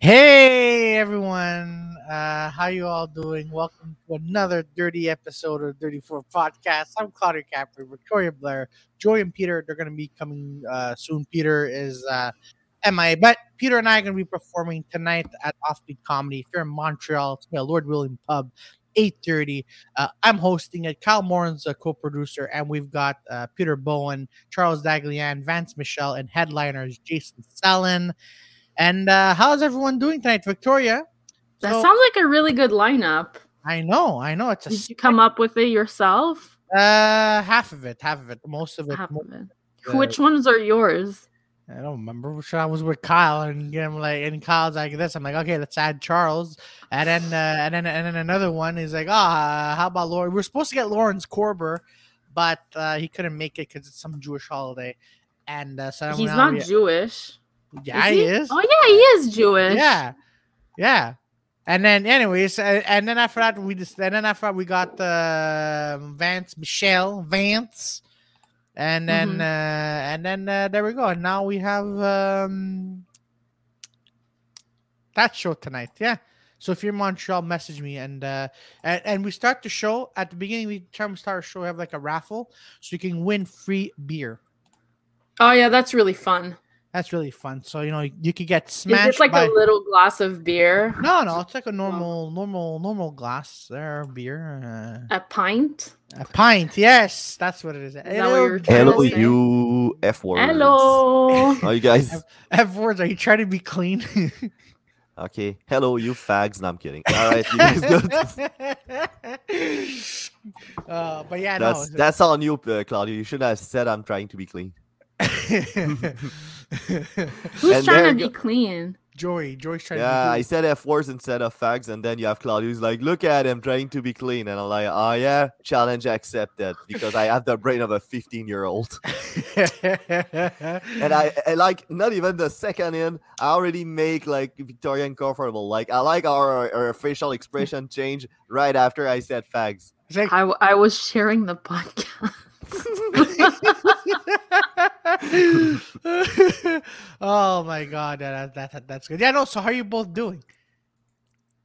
Hey everyone, uh, how you all doing? Welcome to another dirty episode of Dirty Four Podcast. I'm Claudia Capri, Victoria Blair, Joy and Peter. They're going to be coming uh, soon. Peter is uh, MIA, but Peter and I are going to be performing tonight at Offbeat Comedy. If you're in Montreal, it's going to be a Lord William Pub, 8:30. Uh, I'm hosting it. Kyle Morin's a co-producer, and we've got uh, Peter Bowen, Charles Daglian, Vance Michelle, and headliners Jason Sellen. And uh, how's everyone doing tonight, Victoria? That So- sounds like a really good lineup. I know, I know. It's a Did s- you come up with it yourself? uh, half of it, half of it, most of it. Half mo- of it. uh, Which ones are yours? I don't remember which one. I was with Kyle, and I'm like, and Kyle's like this. I'm like, okay, let's add Charles, and then uh, and then and then another one is like, ah, how about Lauren? We are supposed to get Lawrence Corber, but uh, he couldn't make it because it's some Jewish holiday, and uh, so He's now not we- Jewish. Yeah, he? he is. Oh yeah, he is Jewish. Yeah, yeah. And then, anyways, uh, and then after that, we just and then after that, we got uh, Vance Michelle Vance, and then Mhm. uh, and then uh, there we go. And now we have um, that show tonight. Yeah. So if you're in Montreal, message me and uh, and, and we start the show at the beginning. We time we start our show, we have like a raffle, so you can win free beer. Oh yeah, that's really fun. That's really fun. So you know you could get It's smashed. just like by- a little glass of beer? No, no, it's like a normal, normal, normal glass there, beer, A pint? uh, a pint. Yes, that's what it is. that what you were trying Hello, to Hello, Hello, say? you F words. Hello. How you guys? F words. Are you trying to be clean? Okay. Hello, you fags. No, I'm kidding. All right, you guys go. uh, but yeah, That's no. that's on you, uh, Claudio. You should have said I'm trying to be clean. Who's And there trying to you be clean? Joy, Joy's trying Yeah, I to. said F words instead of fags, and then you have Claudio who's like, "Look at him trying to be clean," and I'm like, "Oh yeah, challenge accepted," because I have the brain of a 15 year old, be clean. and I, I like not even the second in, I already make like Victoria uncomfortable. Like I like our, our facial expression change right after I said fags. It's like- I, w- I was sharing the podcast. oh my god, that, that, that that's good. Yeah, no. So how are you both doing?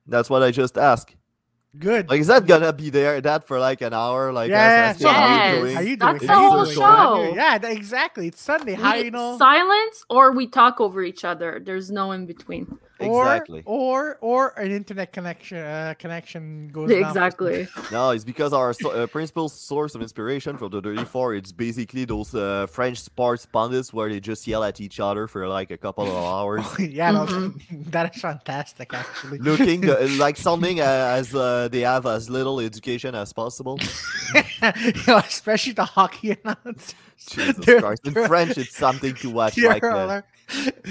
That's what I just asked. Good. Like, is that gonna be there that for like an hour? Like, us Yeah, asking how yeah. you Yes. doing? How you doing? That's the whole show. Yeah, that- exactly. It's Sunday. How We- you know? Silence or we talk over each other. There's no in between. Exactly. Or or or an internet connection uh, connection goes down for some- Exactly. No, it's because our so- uh, principal source of inspiration for the Dirty Four it's basically those uh, French sports pundits where they just yell at each other for like a couple of hours, yeah, no, Mm-hmm. that is fantastic. Actually, looking the, uh, like something uh, as uh, they have as little education as possible. You know, especially the hockey announcers. Jesus They're- Christ! In they're- French, it's something to watch. they're Like, all uh, like,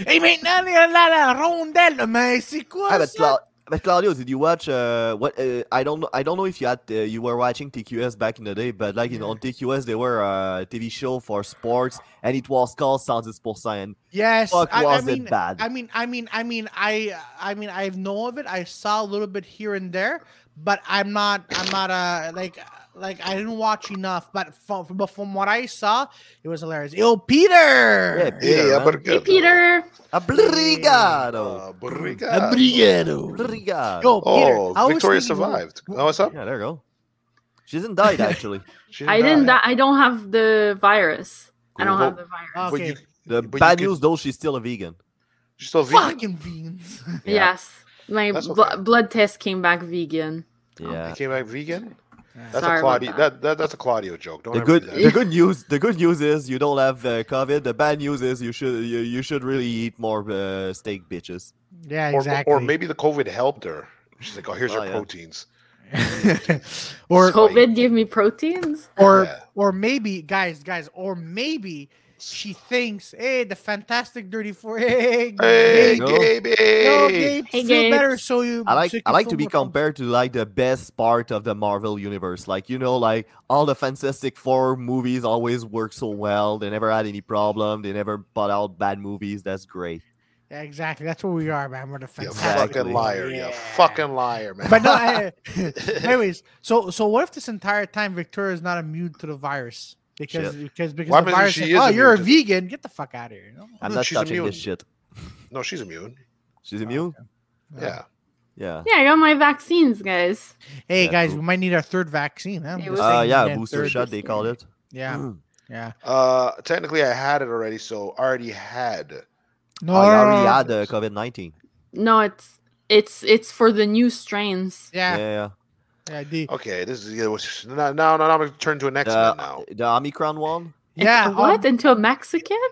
Et maintenant, il y a la, la rondelle, mais c'est quoi ah, but, ça? Cla- but Claudio, did you watch? Uh, what uh, I don't know. I don't know if you had uh, you were watching TQS back in the day, but like in, Yeah. on TQS they were uh, TV show for sports, and it was called Sounds is and Yes, Fuck, I, I was mean, it bad? I mean, I mean, I mean, I, I mean, I know of it. I saw a little bit here and there, but I'm not, I'm not uh like, like I didn't watch enough. But from, but from what I saw, it was hilarious. Yo, Yeah, Peter. Peter, Yeah, man. Hey, obrigado. Peter. Ah, Obrigado. Obrigado. Obrigado. Obrigado. uh, Yo, Peter. Oh, I was Victoria thinking- survived. Oh, what's up? Yeah, there you go. She hasn't died actually. She I didn't. Di- I don't have the virus. I don't Cool. have the virus. Oh, But you- Okay. the But you bad could- news though, she's still a vegan. She's still vegan. Fucking beans. yeah. Yes, my That's blo- okay. blood test came back vegan. Yeah. You came back vegan. That's Sorry a about Claudio. That. that. That, that's a Claudio joke. Don't The ever good, do the that. good news, the good news is you don't have uh, COVID. The bad news is you should, you, you should really eat more uh, steak, bitches. Yeah, or, exactly. or maybe the COVID helped her. She's like, oh, here's Oh, your yeah. proteins. or COVID gave me proteins. or Yeah. or maybe guys, guys, or maybe she thinks, hey, the fantastic dirty four, hey, Hey, Gabe, Go. Gabe. go, hey. Gabe, Hey, feel Gabe. better. So you, I like so you I can like feel to be more com- compared to like the best part of the Marvel universe. Like you know, like all the Fantastic Four movies always work so well. They never had any problem. They never put out bad movies. That's great. Yeah, exactly. That's what we are, man. We're the You fantastic. Exactly. fucking liar. You Yeah. fucking liar, man. But no, I- anyways. So so what if this entire time Victoria is not immune to the virus? Because because because Why the doesn't virus. she said, is oh, you're a immune to- vegan. Get the fuck out of here. you know? I'm No, not she's touching immune. this shit. no, she's immune. Ah, She's immune. Yeah. Yeah. Yeah, I got my vaccines, guys. Hey Yeah, guys, true. we might need our third vaccine. Huh? It Just was Uh, saying, yeah. man, Booster third- shot. They call it. Yeah, Mm. yeah. Uh, technically, I had it already, so I already had. No, no, I no, already no. had uh, COVID nineteen. No, it's it's it's for the new strains. yeah, Yeah. yeah. yeah, the- Okay, this is yeah, what's- now. Now, now I'm gonna turn to an X Uh, Men now. The, the Omicron one. And- yeah. what um, into a Mexican?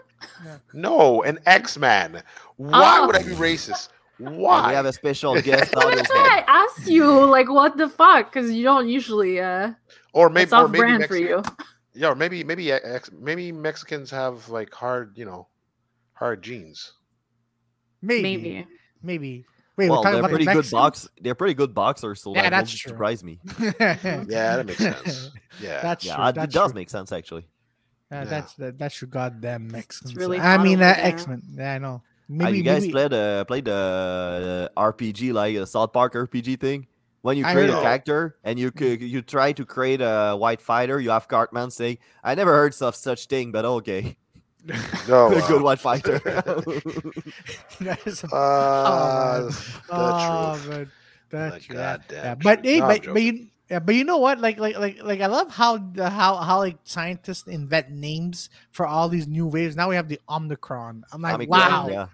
No, an X Man. Why Oh. would I be racist? And Why? we have a special guest on his That's why head. I asked you, like, what the fuck? Because you don't usually. uh or Maybe, maybe, it's or off maybe brand for Mexican- you. Yeah, or maybe maybe ex- maybe Mexicans have like hard, you know, hard genes. maybe, maybe, Maybe. Wait, we're well, talking they're about pretty the good Mexicans? box. They're pretty good boxers, so Yeah, that that's won't true. surprise me. Yeah, that makes sense. Yeah. That's yeah, true. it- it that's does true. make sense actually. Uh, Yeah. That's that, that's your goddamn Mexicans. really I hot mean, over uh, there. X Men. Yeah, I know. Uh, Maybe, you guys maybe- played uh played the uh, RPG like a South Park RPG thing? When you I create a heard- character and you c- you try to create a white fighter, you have Cartman saying, "I never heard of such thing, but okay, No. a good uh, white fighter." that is a- Uh, Oh, man. the truth. man. That's The true. Yeah. goddamn Yeah, but truth. hey, No, I'm but, but you, yeah, but you know what? Like, like, like, like, I love how the, how how like scientists invent names for all these new waves. Now we have the Omicron. I'm like, Omicron, wow. Yeah.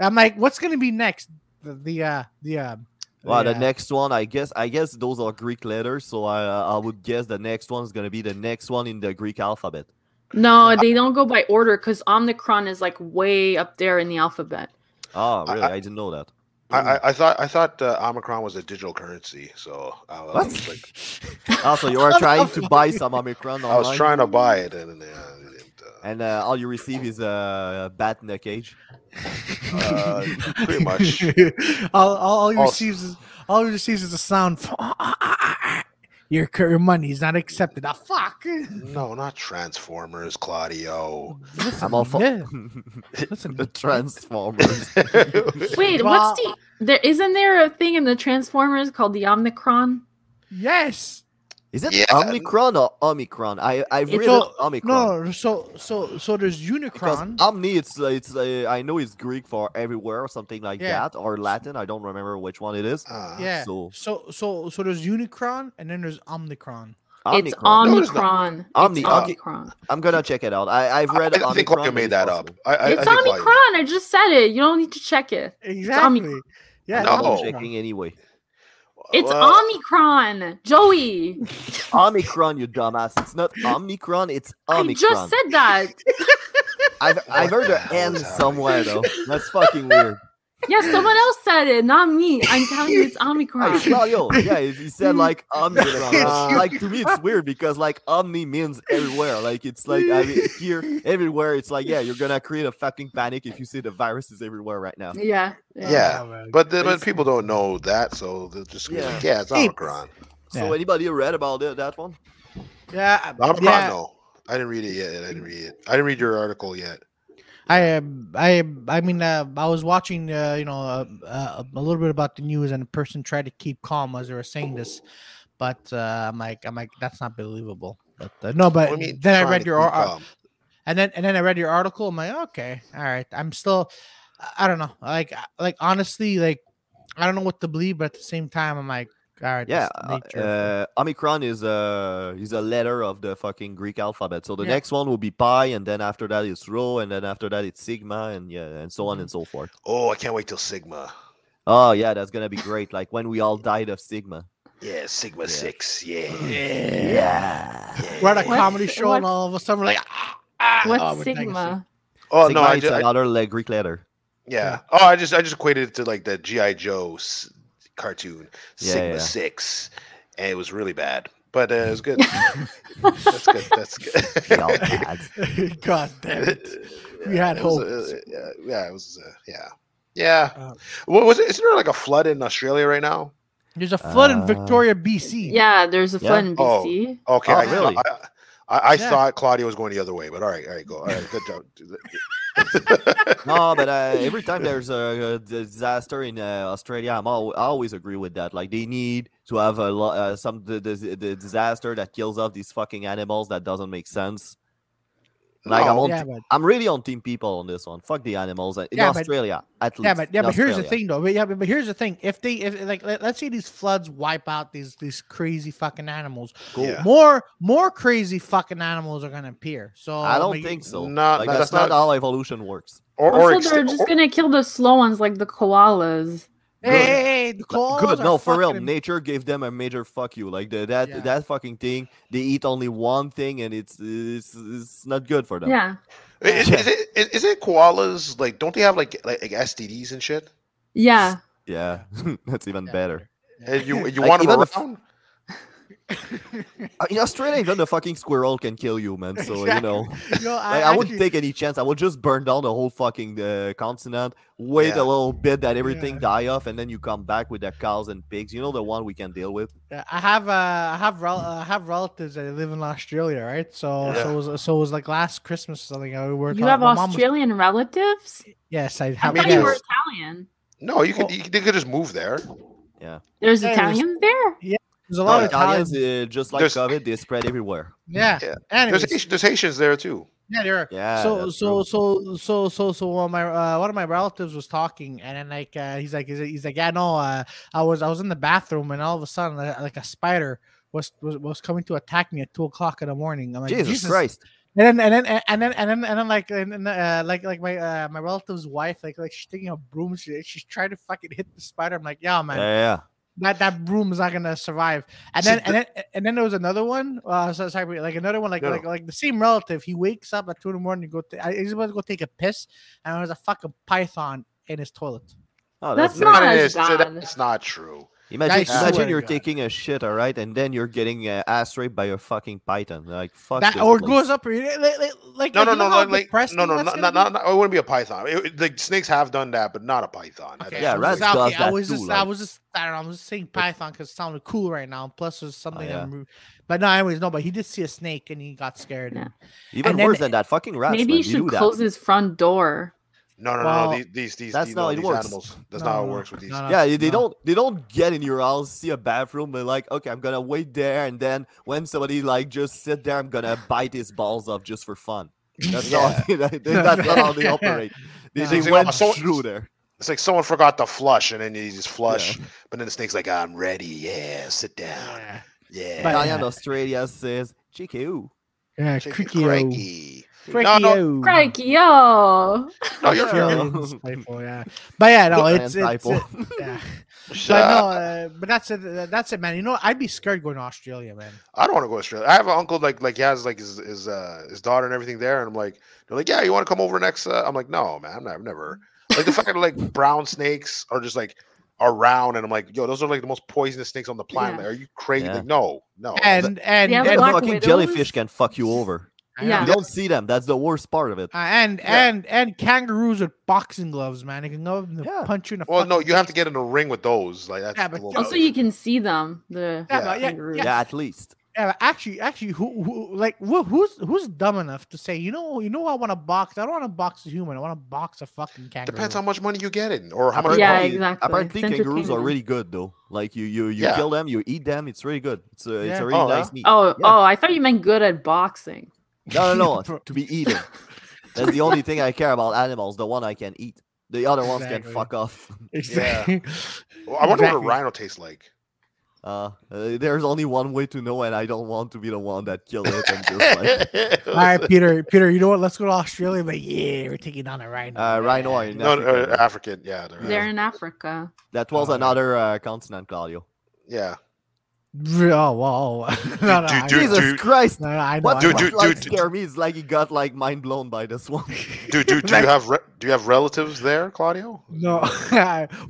I'm like, what's gonna be next? The the uh, the uh, Well, the, the uh, next one, I guess, I guess those are Greek letters, so I I would guess the next one is gonna be the next one in the Greek alphabet. No, they don't go by order because Omicron is like way up there in the alphabet. Oh, I- really? I, didn't know that. I, I, I thought I thought uh, Omicron was a digital currency, so uh, I was, uh, What? like, Also, Oh, you are trying to buy some Omicron I online, was trying to buy it, and, uh, it, uh, and uh, all you receive is a bat in a cage. uh, pretty much. all, all, all he Also- receives is all he receives is a sound. From, your cur- your money is not accepted. Ah, fuck. No, not Transformers, Claudio. Listen, I'm all for yeah, the listen. Transformers. Uh, Wait, Well- what's the there isn't there a thing in the Transformers called the Omicron? Yes. Is it Yeah. Omicron or Omicron? I I It's read all- it Omicron. No. So so so there's Because Unicron. Omni, it's uh, it's uh, I know it's Greek for everywhere or something like Yeah. that, or Latin. I don't remember which one it is. Uh, yeah. so- so so so there's Unicron and then there's Omnicron. It's Omicron. No, it's not. Omicron. Omni- it's okay. Omicron. I'm gonna check it out. I I've I, read. I think Omicron, Claudio but made it's that up. possible. I, I, I it's think Claudio- Omicron. I just said it. You don't need to check it. Exactly. Yeah. it's No. I'm not Omnicron. checking anyway. It's Well, Omicron, Joey. Omicron, you dumbass. It's not Omicron. It's Omicron. I just said that. I've, What I've heard the the hell N is happening? somewhere though. That's fucking weird. Yeah, someone else said it, not me. I'm telling you, it's Omicron. Hey, Claudio, yeah, he he said like omni. It's like to me, it's weird because like omni means everywhere. Like it's like I mean, here, everywhere. It's like yeah, you're gonna create a fucking panic if you see the virus is everywhere right now. Yeah. Yeah. man. But, the, but Basically. people don't know that, so they're just gonna be Yeah. like, yeah, it's Hey. Omicron. So Yeah. anybody read about it, that one? yeah. Omicron, yeah. no. I didn't read it yet. I didn't read it. I didn't read your article yet. I um, I I mean uh, I was watching uh, you know uh, uh, a little bit about the news and a person tried to keep calm as they were saying this, but uh, I'm like I'm like that's not believable. But uh, no, but What do you mean, then I trying read to your uh, keep ar- calm? and then and then I read your article. I'm like okay, all right. I'm still I- I don't know. Like I- like honestly, like I don't know what to believe, but at the same time, I'm like Alright, Yeah, just uh, nature. uh, Omicron is a is a letter of the fucking Greek alphabet. So the Yeah. next one will be pi, and then after that it's rho, and then after that it's sigma, and yeah, and so Mm-hmm. on and so forth. Oh, I can't wait till Sigma. Oh yeah, that's gonna be great. Like when we all died of sigma. Yeah, Sigma Yeah. six. Yeah. Yeah. we're at a What comedy si- show, what- and all of a sudden we're like, ah, ah, What's oh, we're taking Sigma? Oh sigma no, I it's just, another le- Greek letter. yeah. Oh, I just I just equated it to like the GI Joe s- cartoon Yeah, Sigma yeah. six, and it was really bad, but uh, it was good. that's good. That's good. We all had. Sig- God damn it. We Yeah, had it was, uh, hopes. yeah, yeah, it was. Uh, yeah, yeah. Um, what was it? Isn't there like a flood in Australia right now? There's a flood in Uh, Victoria, BC. Yeah, there's a Yeah. fun Oh. BC. Okay, Oh, I, thought- really? I, I, I Yeah. thought Claudia was going the other way, but all right, all right, go. All right, good job. No, but uh, every time there's a, a disaster in uh, Australia, I'm al- I always agree with that. Like they need to have a lo- uh, some the, the, the disaster that kills off these fucking animals that doesn't make sense. Like I'm No, on, Yeah, but I'm really on team people on this one. Fuck the animals uh, in Yeah, but- Australia at least. yeah, but yeah, in but here's the Australia. thing, though. But yeah, but, but here's the thing. If they, if like, let, us say these floods wipe out these these crazy fucking animals, Cool. Yeah. more more crazy fucking animals are gonna appear. So I don't like, think so. Not- Like, that's that's not not- how evolution works. Or, or also, they're extin- just or- gonna kill the slow ones like the koalas. Hey, hey, hey, the koalas Good, are no, for real. fucking- Nature gave them a major fuck you. Like the, that, Yeah. that fucking thing. They eat only one thing, and it's it's, it's not good for them. Yeah, is, Yeah. is it is, is it koalas? Like, don't they have like like, like STDs and shit? yeah. Yeah, that's even Yeah, better. And you you Like, want them even the f- around? Uh, In Australia, even the fucking squirrel can kill you, man. So you know, You know, I, like, I wouldn't actually- take any chance. I would just burn down the whole fucking uh, continent. Wait Yeah. a little bit that everything Yeah. die off, and then you come back with the cows and pigs. You know the one we can deal with. Yeah, I have uh, I have rel- uh, I have relatives that live in Australia, right? So so it was so it was like last Christmas or something. I were You talking- have my mom was- Australian relatives? yes, I I have. mean, thought you were yes. Italian. No, you could Well- you, they could just move there. There's Yeah, there's- Italians there. There's a No, lot of Italians, Italians. uh, just like There's- COVID, they spread everywhere. Yeah. Yeah. There's, Anyways, Haitian- there's Haitians there too. yeah, there are. Yeah. so that's so true. so so so so one of my uh, one of my relatives was talking and then like uh, he's like he's, he's like yeah no uh, I was I was in the bathroom and all of a sudden uh, like a spider was, was was coming to attack me at two o'clock in the morning I'm like Jesus, Christ. and then and then and then and then and then like and, and, uh, like like my uh, my relative's wife like like she's taking a broom she, she's trying to fucking hit the spider I'm like yeah Yeah, man yeah. that that broom is not gonna survive. And See, then and then and then there was another one. Uh, so, sorry, but, like another one, like No, no. like like the same relative. He wakes up at two in the morning to go. ta- I he's about to go take a piss, and there's a fucking python in his toilet. Oh, That's that's None not nice. of as this- that- bad. That's not true. Imagine, I swear imagine to you're God. taking a shit, all right, and then you're getting uh, ass raped by a fucking python. Like fuck. that this or place. goes up or like, like, like No, like, no, you know no, how no, like, depressing no, no, that's no, gonna no, be? no, no, It wouldn't be a python. It, it- like snakes have done that, but not a python. Okay, Yeah, I was rats just- does okay, I that was too, just, I like- was just, I don't know, I was just saying Python because it sounded cool right now. Plus, there's something, yeah. I'm, but no, anyways, no, but he did see a snake and he got scared. Yeah. and- Even and then- worse than that, fucking rats. Maybe man, you they do should that. close his front door. No, no, no, Well, no. These, these, these, that's these, uh, not how it these works. animals. That's No, not how it no, works with these. no, no, Yeah, they, they Oh, no. don't they don't get in your house, see a bathroom, and like, okay, I'm gonna wait there, and then when somebody like just sit there, I'm gonna bite his balls off just for fun. That's not that- that's not how they Yeah. operate. They, Yeah. "Oh, they Exactly. went So- through there. It's like someone forgot to flush, and then you just flush. But then the snake's like, "Ah, "I'm ready. Yeah, sit down. Yeah, Yeah, But- Diane Australia says, "Chiku." yeah, Chicken creaky, crikey. creaky, no, Crikey, Mm-hmm. yo. No, you're Yeah. right. It's typo, yeah. But yeah, no, And it's, it's typo. it, yeah. But Uh, no, uh, but that's it. uh, That's it, man. You know, I'd be scared going to Australia, man. I don't want to go to Australia. I have an uncle like like he has like his his uh his daughter and everything there, and I'm like, they're like, yeah, you want to come over next? Uh, I'm like, no, man, I'm not, I've never. Like the fact that like brown snakes are just like around, and I'm like, yo, those are like the most poisonous snakes on the planet. Yeah. Like, are you crazy? Yeah. Like, no, no. Th- And and Yeah, and, but Even Black fucking widows? jellyfish can fuck you over. I know. Yeah. You don't see them. That's the worst part of it. Uh, and Yeah. and and kangaroos with boxing gloves, man. They can go up and Yeah. punch you in the. well, no, fucking you have to face. get in a ring with those. Like that's Yeah, a but little those Also, bit- Oh, you can see them. The Yeah, but yeah, kangaroos. yeah. Yeah, at least. Yeah, but actually, actually, who, who like who, who's who's dumb enough to say, you know, you know, I want to box. I don't want to box a human. I want to box a fucking kangaroo. depends how much money you get in or how Apparently- much. Yeah, money- exactly. Apparently, It's kangaroos are entertaining. really good though. Like you, you, you Yeah. kill them, you eat them. It's really good. It's a, it's Yeah. a really Oh, yeah? nice meat. Oh, Yeah. oh, I thought you meant good at boxing. No, no, no. Bro. to be eaten. That's the only thing I care about animals. The one I can eat. The other ones Exactly. can fuck off. Exactly. Well, I wonder what a Exactly. rhino tastes like. Uh, uh, there's only one way to know, and I don't want to be the one that killed it. And just like, All right, Peter. Peter, you know what? Let's go to Australia. But yeah, we're taking on a rhino. uh, rhino are in no, no, Africa. uh, African. Yeah, they're- They're in Africa. that was Oh. another uh, continent, Claudio. yeah. Oh, whoa. no, no, I, Dude, Jesus dude. Christ! no, no, I know. What I dude, know. dude, like dude, dude. scare me is like he got like mind blown by this one. Do do do you have re- do you have relatives there, Claudio? No.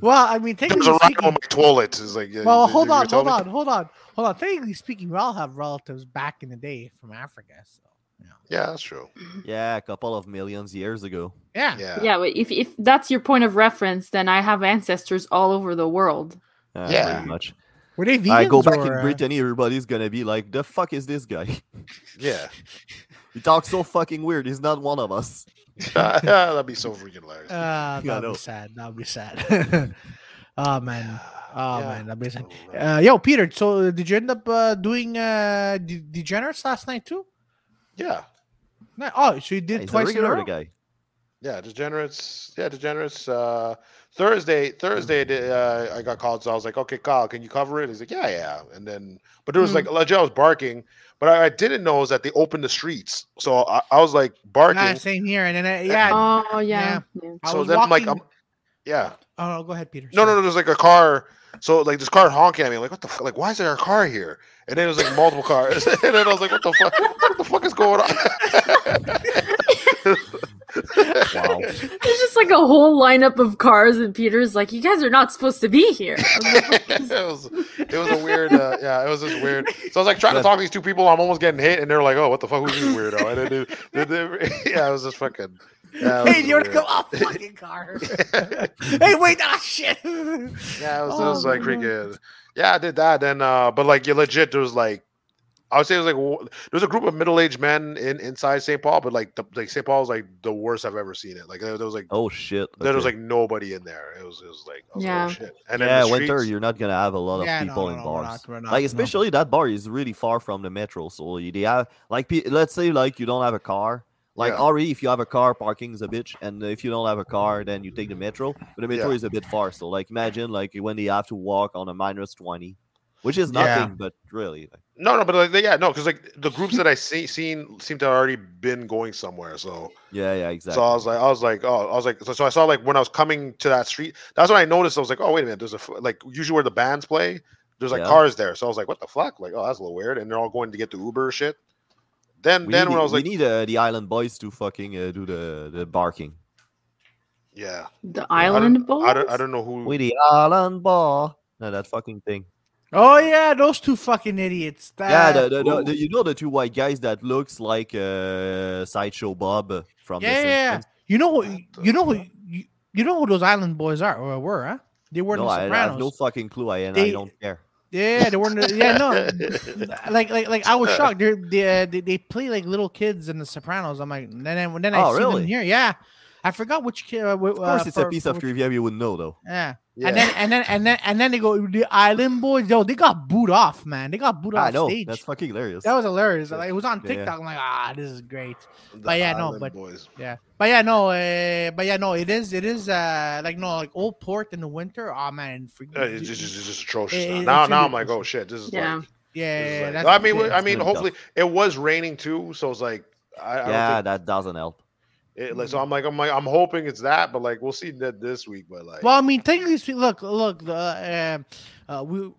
well, I mean, There's technically a rhino speaking. on my toilet. It's like, yeah, Well, you- hold you on, told hold me? on, hold on, hold on. Technically speaking, we all have relatives back in the day from Africa. So, you know. Yeah, that's true. yeah, a couple of millions years ago. yeah. Yeah, Yeah, but if, if that's your point of reference, then I have ancestors all over the world. Uh, Yeah. pretty much. Were they vegans? I go back or, in uh, Brittany, everybody's gonna be like, "The fuck is this guy? yeah. he talks so fucking weird. He's not one of us." That'd be so freaking hilarious. Uh, Yeah, that will I know. be sad. that will be sad. oh man. Oh Yeah. man, that'd be sad. Oh, man. Uh, yo, Peter. So, did you end up uh, doing uh, De- Degenerates last night too? yeah, No- Oh, so you Yeah, did he's a twice in a regular row. guy. yeah, degenerates. Yeah, degenerates. Uh, Thursday, Thursday, I did, uh, I got called, so I was like, okay, Kyle, can you cover it? He's like, yeah, yeah. And then, but it was Hmm. like legit. I was barking, but I, I didn't know is that they opened the streets, so I, I was like barking. Nah, same here. And then, I, yeah, Um, Oh yeah. yeah. I so was then, I'm like, walking- I'm, yeah. Oh, go ahead, Peter. No, no, sorry. no. There's like a car. So like this car honking at me. Like what the fuck? Like why is there a car here? And then it was like multiple cars. and then I was like, what the fuck? What the fuck is going Wow. There's just like a whole lineup of cars, and Peter's like, "You guys are not supposed to be here." I was like, "What on? is- it was it was a weird. Uh, yeah, it was just weird. So I was like trying to talk to these two people. I'm almost getting hit, and they're like, oh, what the fuck? Who's this weirdo? And then, they- they- they- yeah, it was just fucking. Yeah, it was Hey, do you want to weird. go off fucking car? hey, wait, ah, shit. Yeah, Yeah, it was, it Oh, was like man. freaking. Yeah, I did that. Then, uh, but like, you legit, there was like, I would say it was like w- there was a group of middle-aged men in inside St. Paul, but like, the, like St. Paul was like the worst I've ever seen it. Like there, there was like Oh shit! there was okay. like nobody in there. It was it was like I was like, Yeah. oh, shit. And yeah, then the winter. streets- You're not gonna have a lot of no, people no, in no, we're bars. not- we're not- like no. especially that bar is really far from the metro so you- they have like pe- let's say like you don't have a car like Yeah. already if you have a car parking is a bitch and if you don't have a car then you take the metro but the metro Yeah. is a bit far so like imagine like when they have to walk on a minus 20 which is Yeah. nothing but really like, no, no, but like they- yeah, no, because like the groups that I see seen seem to have already been going somewhere. So yeah yeah exactly so I was like I was like oh I was like so, so I saw like when I was coming to that street. That's when I noticed. I was like oh wait a minute. There's a f- like usually where the bands play. There's like Yeah. cars there. So I was like what the fuck? Like oh that's a little weird. And they're all going to get the Uber shit. Then we then need, when I was we like need uh, the island boys to fucking uh, do the, the barking yeah The I don't- island boys. I don't I don't know Hmm. who we the island bar no that fucking thing Oh yeah, those two fucking idiots. That, Yeah, the, the, the, Ooh. the- you know the two white guys that looks like uh, sideshow Bob from yeah, the yeah, yeah. Simpsons? You know what? What the You know who? You, you know who those island boys are or were? Huh? They were in No, the I, I have Sopranos. no fucking clue. I and They- I don't care. Yeah, they were. In the, yeah, no. like, like, like I was shocked. They're, they, uh, they they play like little kids in the Sopranos. I'm like, and then and then I Oh, see really? them here. Yeah, I forgot which kid. Uh, Of course, it's a piece of trivia you would know though. Yeah. yeah. And then and then and then and then they go the island boys. Yo, they got booed off, man. They got booed Ah, I off know stage. that's fucking hilarious. that was hilarious. Like, it was on Yeah. TikTok. I'm like, ah, this is great. The but yeah, no, Island but- boys. But yeah, no. Uh, but yeah, no. It is. It is. Uh, like no, like old port in the winter. Oh man, for, Yeah, Uh, it's just, it's just atrocious. it- now. it's now, now I'm like, ridiculous. oh shit, this is Yeah. like, yeah. this is yeah, like- that's I mean, the- we- I mean, really hopefully it was raining too, so it's like, I, I yeah, don't that doesn't help. think it, like, so I'm like, I'm like, I'm hoping it's that, but like, we'll see that this week, but like, Well, I mean, technically, spe- look, look, the uh, uh, we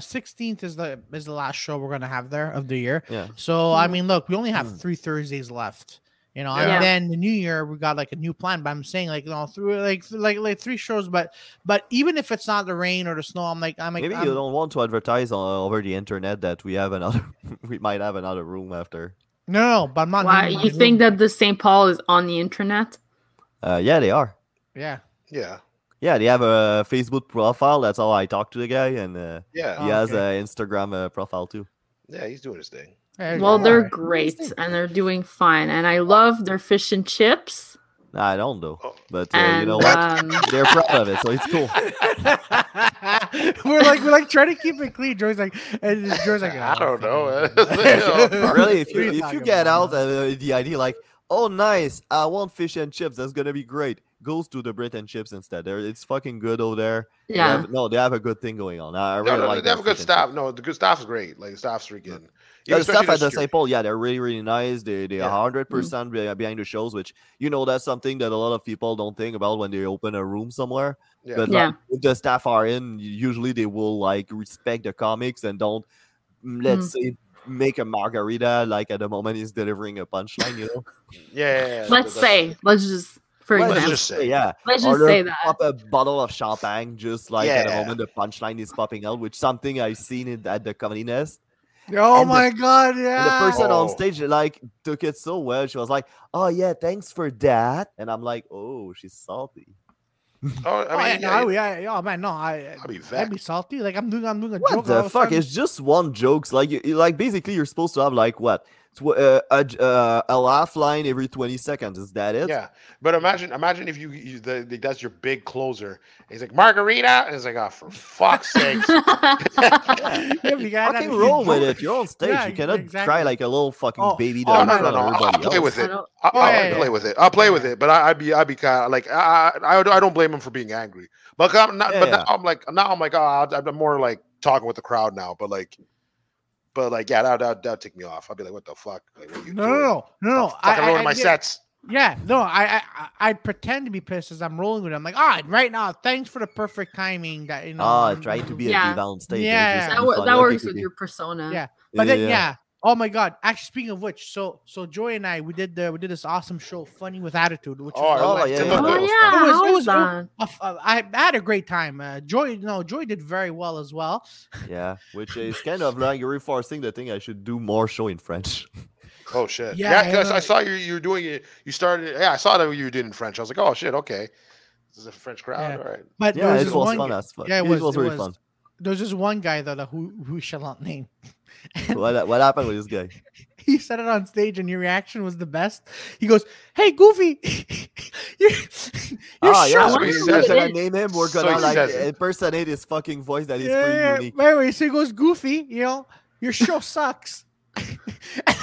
sixteenth is the is the last show we're gonna have there of the year. Yeah. So I Mm. mean, look, we only have Mm. three Thursdays left. You know, Yeah. and then the new year we got like a new plan. But I'm saying like you know through like th- like like three shows, but but even if it's not the rain or the snow, I'm like I'm like Maybe I'm, you don't want to advertise on, over the internet that we have another. we might have another room after. no, no, but I'm not. Why leaving my you room. think that the St. Paul is on the internet? Uh, yeah, they are. Yeah, yeah, Yeah, they have a Facebook profile. That's how I talk to the guy, and uh, yeah, Oh, he has okay. an Instagram uh, profile too. yeah, he's doing his thing. There you Well, go. they're Alright. great and they're doing fine, and I love their fish and chips. Nah, I don't know, Oh. but uh, And you know what? um, They're proud of it, so it's cool. we're like we're like trying to keep it clean. Joy's like and Joy's like I don't know. really, if you What are if you talking get about, out uh, the idea like, oh nice, I want fish and chips, that's gonna be great. goes to the Brit and chips instead. There, it's fucking good over there. They Yeah. have- no, they have a good thing going on. I I No, really no, like. they have a their good fish and staff. chips. No, the good staff is great. Like the staff's freaking. Yeah, the especially stuff at the security. St. Paul, yeah, they're really, really nice. They they Yeah. are hundred percent be- behind the shows, which you know that's something that a lot of people don't think about when they open a room somewhere. Yeah. But Yeah. like, if the staff are in, usually they will like respect the comics and don't mm, let's say make a margarita like at the moment he's delivering a punchline, you know. Yeah, yeah, yeah, that's- Let's say, let's just, for Let's example, just say. yeah. let's Or just they'll say that. Pop a bottle of champagne just like at the Yeah. moment the punchline is popping out, which something I've seen it at the comedy nest. Oh And the- my god, yeah. And the person on Oh. stage like took it so well. She was like, "Oh yeah, thanks for that," and I'm like, "Oh, she's salty." Oh, oh, I mean, yeah, yeah, no, I- I- oh, man, no, I I'll be I'd vexed. be salty. Like I'm doing, I'm doing a What joke. the fuck? It's just one jokes. Like you, you- like basically, you're supposed to have like what tw- uh, a j- uh, a laugh line every twenty seconds. Is that it? Yeah, but imagine, imagine if you, you the, the, that's your big closer. He's like margarita, and it's like, oh, for fuck's sake! yeah, you gotta Fucking be roll with joke. it. You're on stage. Yeah, you cannot exactly. try like a little fucking Oh, baby. oh doll no, in no, front no! of I'll, I'll everybody play else. with I it. don't- I, Yeah, I'll yeah, play yeah. with it. I'll play with Yeah. it, but I, I'd be, I'd be kind of like, I, I, I don't blame him for being angry. But I'm not, Yeah, but yeah. now I'm like, now I'm like, oh, I'm more like talking with the crowd now. But like, but like, yeah, that that that take me off. I'd be like, what the fuck? Like, what are you No, no, doing? no, no, no. I, fucking ruined my yeah, sets. Yeah, no, I, I, I I pretend to be pissed as I'm rolling with it. I'm like, ah, right now, thanks for the perfect timing. That you know. Ah, I'm- trying to be Yeah. a diva on stage. Yeah. It's just that, be wor- funny. that Okay, works okay, with okay. your persona. Yeah. But then, yeah. Oh my God! Actually, speaking of which, so so Joy and I we did the we did this awesome show, funny with attitude, which Oh, I was, Oh like yeah. to yeah, look that It Oh, yeah. was was- fun. How it was- was that? a f- a- I had a great time. Uh, Joy, no, Joy did very well as well. Yeah, which is kind of like reinforcing the thing. I should do more show in French. Oh shit! Yeah, Yeah, I because know. I saw you. You were doing it. You started. Yeah, I saw that you were doing it in French. I was like, oh shit, okay. This is a French crowd. Yeah. All right. But there Yeah, was it this was one fun guy- as fuck. yeah, it it was- was, it really was. fun. there was this one guy though that who who shall not name. And What, what happened with this guy? he said it on stage, and your reaction was the best. He goes, "Hey, Goofy, your, your Ah, yeah, show." shocked. we- He we're says gonna it. name him. We're So gonna he like says it. impersonate his fucking voice that is pretty yeah, unique. by the way, so he goes, Goofy, you know, your show sucks.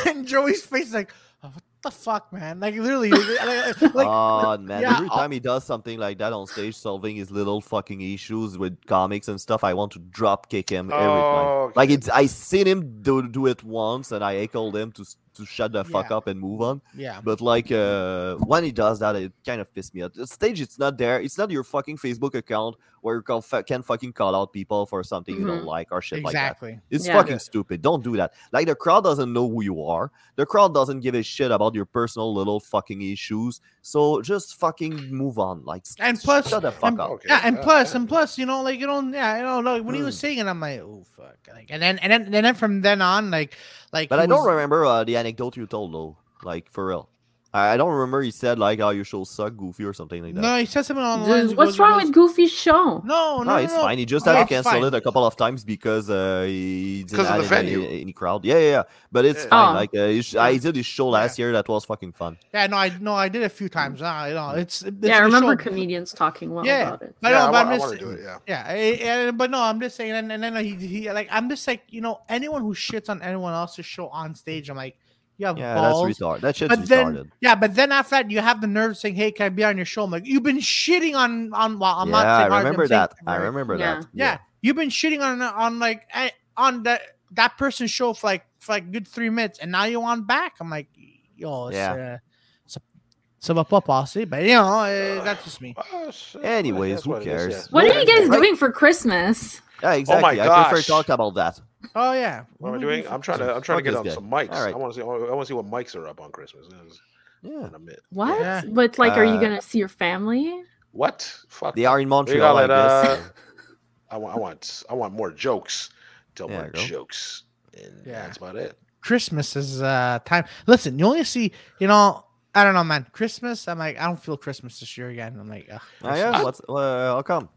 and Joey's face is like, "Oh, what the fuck, man? Like, literally, like, like- like, oh man, yeah, every I'll- time he does something like that on stage, solving his little fucking issues with comics and stuff, I want to drop kick him every time. Oh, Like okay. it's, I seen him do, do it once, and I echoed him to s- to shut the fuck Yeah. up and move on. yeah. But like uh, when he does that, it kind of pissed me off. The stage, it's not there. It's not your fucking Facebook account where you can, fa- can fucking call out people for something you Mm-hmm. don't Mhm. like or shit like that. Exactly. It's Yeah. fucking stupid. Don't do that. Like the crowd doesn't know who you are. The crowd doesn't give a shit about your personal little fucking issues. So just fucking move on. Like s- And s- plus- shut the fuck and- up. Okay. Yeah, and yeah, plus, yeah. and plus, you know, like you don't, yeah, I don't know. When he was Mm. singing, I'm like, oh fuck, like, and then, and then, and then from then on, like, like, But he I don't was- remember uh, the anecdote you told though. Like for real, I, I don't remember he said like, "Oh, your show suck, goofy" or something like that. No, he said something on the Dude, lines. he what's goes- he wrong goes, with Goofy's show? No, no, No, no, Oh, Ah, it's no. fine. He just Yeah, had it's to cancel fine. it a couple of times because uh, he didn't 'Cause of have the any, venue. any crowd. Yeah, yeah, yeah. But it's Yeah. fine. Oh. Like uh, his- I did his show last year. That was fucking fun. Yeah, no, I no, I did a few times. No, no, it's, it's yeah, I the remember show- comedians talking well Yeah. about it. I Yeah, know, I, but want, I'm I just- want to do it. Yeah. Yeah, eh, eh, but no, I'm just saying, and, and then he, he like I'm just like you know anyone who shits on anyone else's show on stage, I'm like, you have Yeah, balls. that's retarded. That shit's But then- retarded. yeah, but then after that, you have the nerve saying, "Hey, can I be on your show?" I'm like, you've been shitting on on. Well, I'm yeah, not. Saying hard, I I'm remember saying- that. I remember Yeah. that. Yeah, you've been shitting on on like eh, on that that person's show for like for like good three minutes, and now you want back. I'm like, yo, it's, Yeah. uh, it's a, it's a pop posse, but you know, eh, that's just me. Oh, shit, Anyways, that's who what it is, cares? yeah. What are you guys Right. doing for Christmas? Yeah, exactly. I prefer Oh gosh. talk about that. Oh yeah, What am I do we do doing? for I'm trying to. I'm Christmas? trying to Fuck get this on guy. some mics. All right. I want to see. I want to see what mics are up on Christmas Yeah. in a minute. What? Yeah. But like, are you Uh, gonna see your family? What? Fuck. They are in Montreal, call it, uh, I guess. I want. I want. I want more jokes. Tell There more you go. jokes. And Yeah. that's about it. Christmas is uh time. Listen, you only see, you know, I don't know, man. Christmas, I'm like, I don't feel Christmas this year again. I'm like, ugh, Oh, yeah? What's, uh, how come?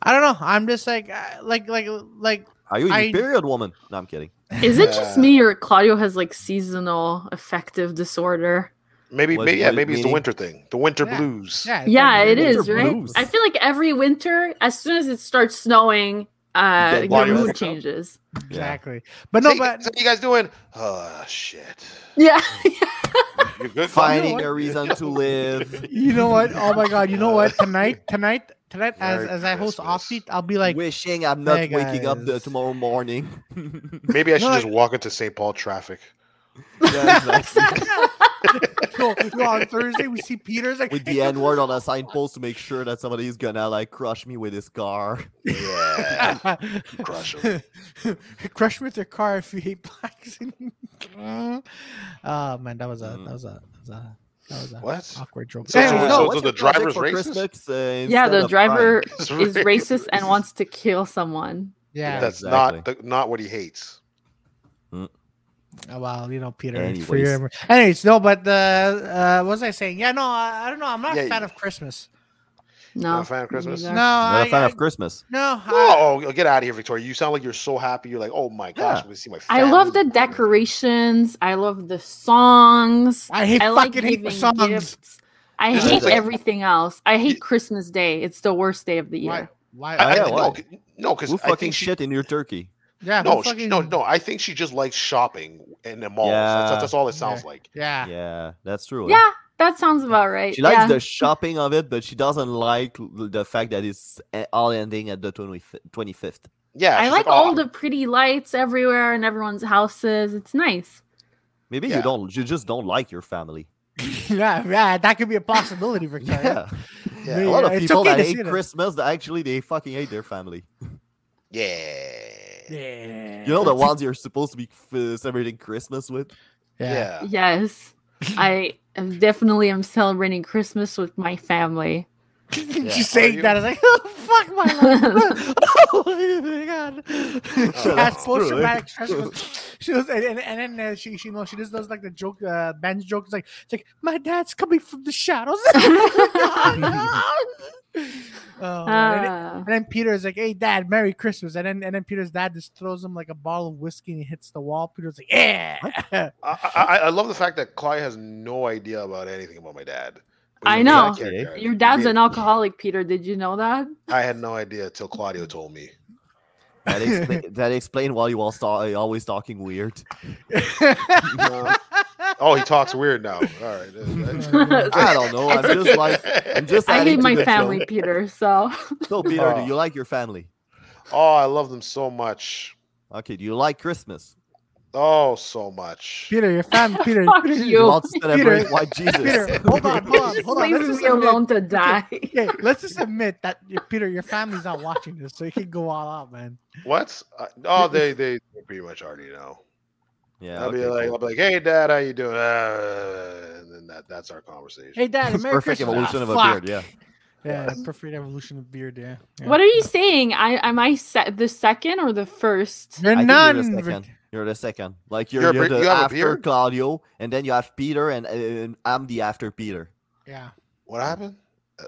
I don't know. I'm just like, uh, like, like, like, Are you in I- your period, woman? No, I'm kidding. Is it just Yeah. me or Claudio has like seasonal affective disorder? Maybe. What- maybe. Yeah. what- Maybe it's the meaning? winter thing. The winter Yeah. blues. yeah, it's Yeah, like- it winter is, right? blues. I feel like every winter, as soon as it starts snowing, uh, Dead your body mood workout. changes. Exactly. But no, Hey, but so you guys doing? Oh shit! Yeah. You're good. Finding You know a reason to live. you know what? Oh my god, you know what? Tonight, tonight, tonight, as Merry as I host Christmas. offbeat, I'll be like, wishing I'm not Hey, waking up the, guys. tomorrow morning. Maybe I should No, just walk into St. Paul traffic. Yeah, exactly. yo, yo, on Thursday we see Peter's like With the N word on a signpost to make sure that somebody's gonna like crush me with his car. Yeah, crush 'em. Crush with your car if you hate blacks. oh man, that was a that was a that was a, that was a Mm. What? awkward joke. So- Hey, so- no, so- what- what's the your project driver's for racist? Christmas, uh, yeah, instead the of crying? driver It's is ra- racist and wants to kill someone. yeah. That's not the, not what he hates. Oh, well, you know, Peter. it's For Anyways. your, anyways, no, but uh, uh, what was I saying? Yeah, no, I, I don't know. I'm not Yeah, a fan you- of Christmas. No. Not a fan of Christmas? No, neither. Not I, a fan I- of Christmas. no, I, Oh, oh, get out of here, Victoria! You sound like you're so happy. You're like, oh my gosh, Yeah. I'm gonna see my. I family." love the decorations. I love the songs. I hate I like fucking hate giving the songs. gifts. I It's hate just like- everything else. I hate Y- Christmas Day. It's the worst day of the year. Why? Why? I, I, yeah, think- why? no, c- no, because Who I fucking think she, shit in your turkey? yeah, no, who she- fucking, no, no. I think she just likes shopping in the malls. That's, Yeah. that's all it sounds like. Yeah. Yeah, that's true. eh? Yeah, that sounds about right. She likes yeah. the shopping of it, but she doesn't like l- the fact that it's eh, all ending at the 25th. Yeah, I she's like "Oh, all the pretty lights everywhere in everyone's houses. It's nice. Maybe Yeah. you don't, you just don't like your family. yeah, yeah, that could be a possibility, Victoria. Yeah. Yeah, A lot of it's people okay that to hate say that. Christmas, that actually they fucking hate their family. Yeah. Yeah. You know the ones you're supposed to be f- celebrating Christmas with. Yeah. Yeah. Yes. I am definitely am celebrating Christmas with my family. She's Are saying you- that. I was like, oh, fuck my life. oh my god. She has that's post true, eh? traumatic stress. She goes, she goes and, and, and then uh, she, she, you know, she just does like the joke, uh, Ben's joke. It's like, it's like, my dad's coming from the shadows. oh, man. and, Ah. and then Peter's like, hey, dad, Merry Christmas. And then, and then Peter's dad just throws him like a bottle of whiskey and he hits the wall. Peter's like, yeah. I, I, I love the fact that Claudia has no idea about anything about my dad. I He's a know. black character. Your dad's Me- an alcoholic, Peter. Did you know that? I had no idea till Claudio told me. That, expla- that explain why you all sta- eh, always talking weird. No. Oh, he talks weird now. All right. Uh, I don't know. I'm just like I'm just. I adding hate to my the family, joke. Peter. So So Peter, do Oh. you like your family? oh, I love them so much. Okay, do you like Christmas? Oh, so much. Peter, your family, Peter. Fuck Peter, Do you You- want to celebrate Peter- white Jesus? Peter, hold on, hold on, just hold on. leave This is me a myth. alone to die. Okay, let's just admit that y- Peter, your family's not watching this, so you can go all out, man. What? Uh, oh, they they they pretty much already know. Yeah, I'll be okay, like, cool. I'll be like, hey, dad, how you doing? Uh, and then that that's our conversation. Hey, Dad, Merry perfect Christmas. evolution Ah, of a fuck. beard. Yeah, Yeah, perfect evolution of beard. Yeah. yeah. What are you saying? I am I se- the second or the first? You're I think none. You're the second. You're the second. Like you're, You're a you're beard- the you have a after beard? Claudio, and then you have Peter, and, and I'm the after Peter. Yeah, What happened?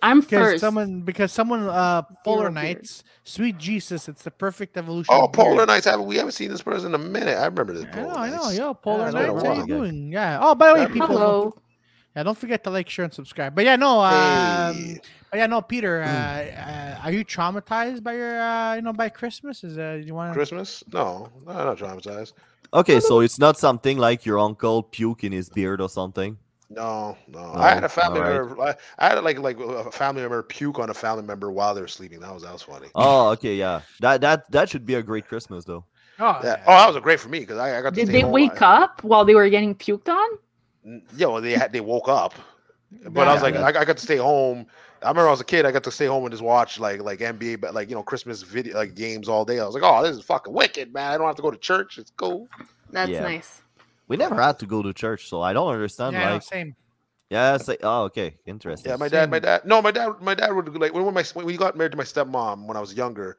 I'm because first. someone because someone uh Polar beard. Nights, Sweet Jesus, it's the perfect evolution. Oh, of beard. Polar Nights. I haven't, we haven't seen this person in a minute. I remember this. I Polar know, I know, Nights. yo, Polar it's been a Nights. How you while. doing? Yeah. Oh, by the way, Yeah, people, don't, Hello. yeah, don't forget to like, share, and subscribe. But yeah, no, um, Hey. Mm. but yeah, no, Peter, uh, uh, are you traumatized by your, uh, you know, by Christmas? Is uh, you want to? Christmas? No, no, not traumatized. Okay, so it's not something like your uncle puke in his beard or something. No, no. I had No, a family alright. member. I I had like like a family member puke on a family member while they were sleeping. That was that was funny. Oh, okay, yeah. That that that should be a great Christmas though. Oh, Yeah. Oh, that was a great for me because I, I got. Did they wake up while they were getting puked on? Yeah, well, they had they woke up, but I was Yeah. like, I, I got to stay home. I remember I was a kid. I got to stay home and just watch like like NBA, but like you know Christmas video like games all day. I was like, oh, this is fucking wicked, man. I don't have to go to church. It's cool. That's Yeah. nice. We never had to go to church, so I don't understand. yeah, no, like, same. yeah, say, oh, okay, interesting. Yeah, my dad, my Same. dad. No, my dad, my dad would like when when my when we got married to my stepmom when I was younger.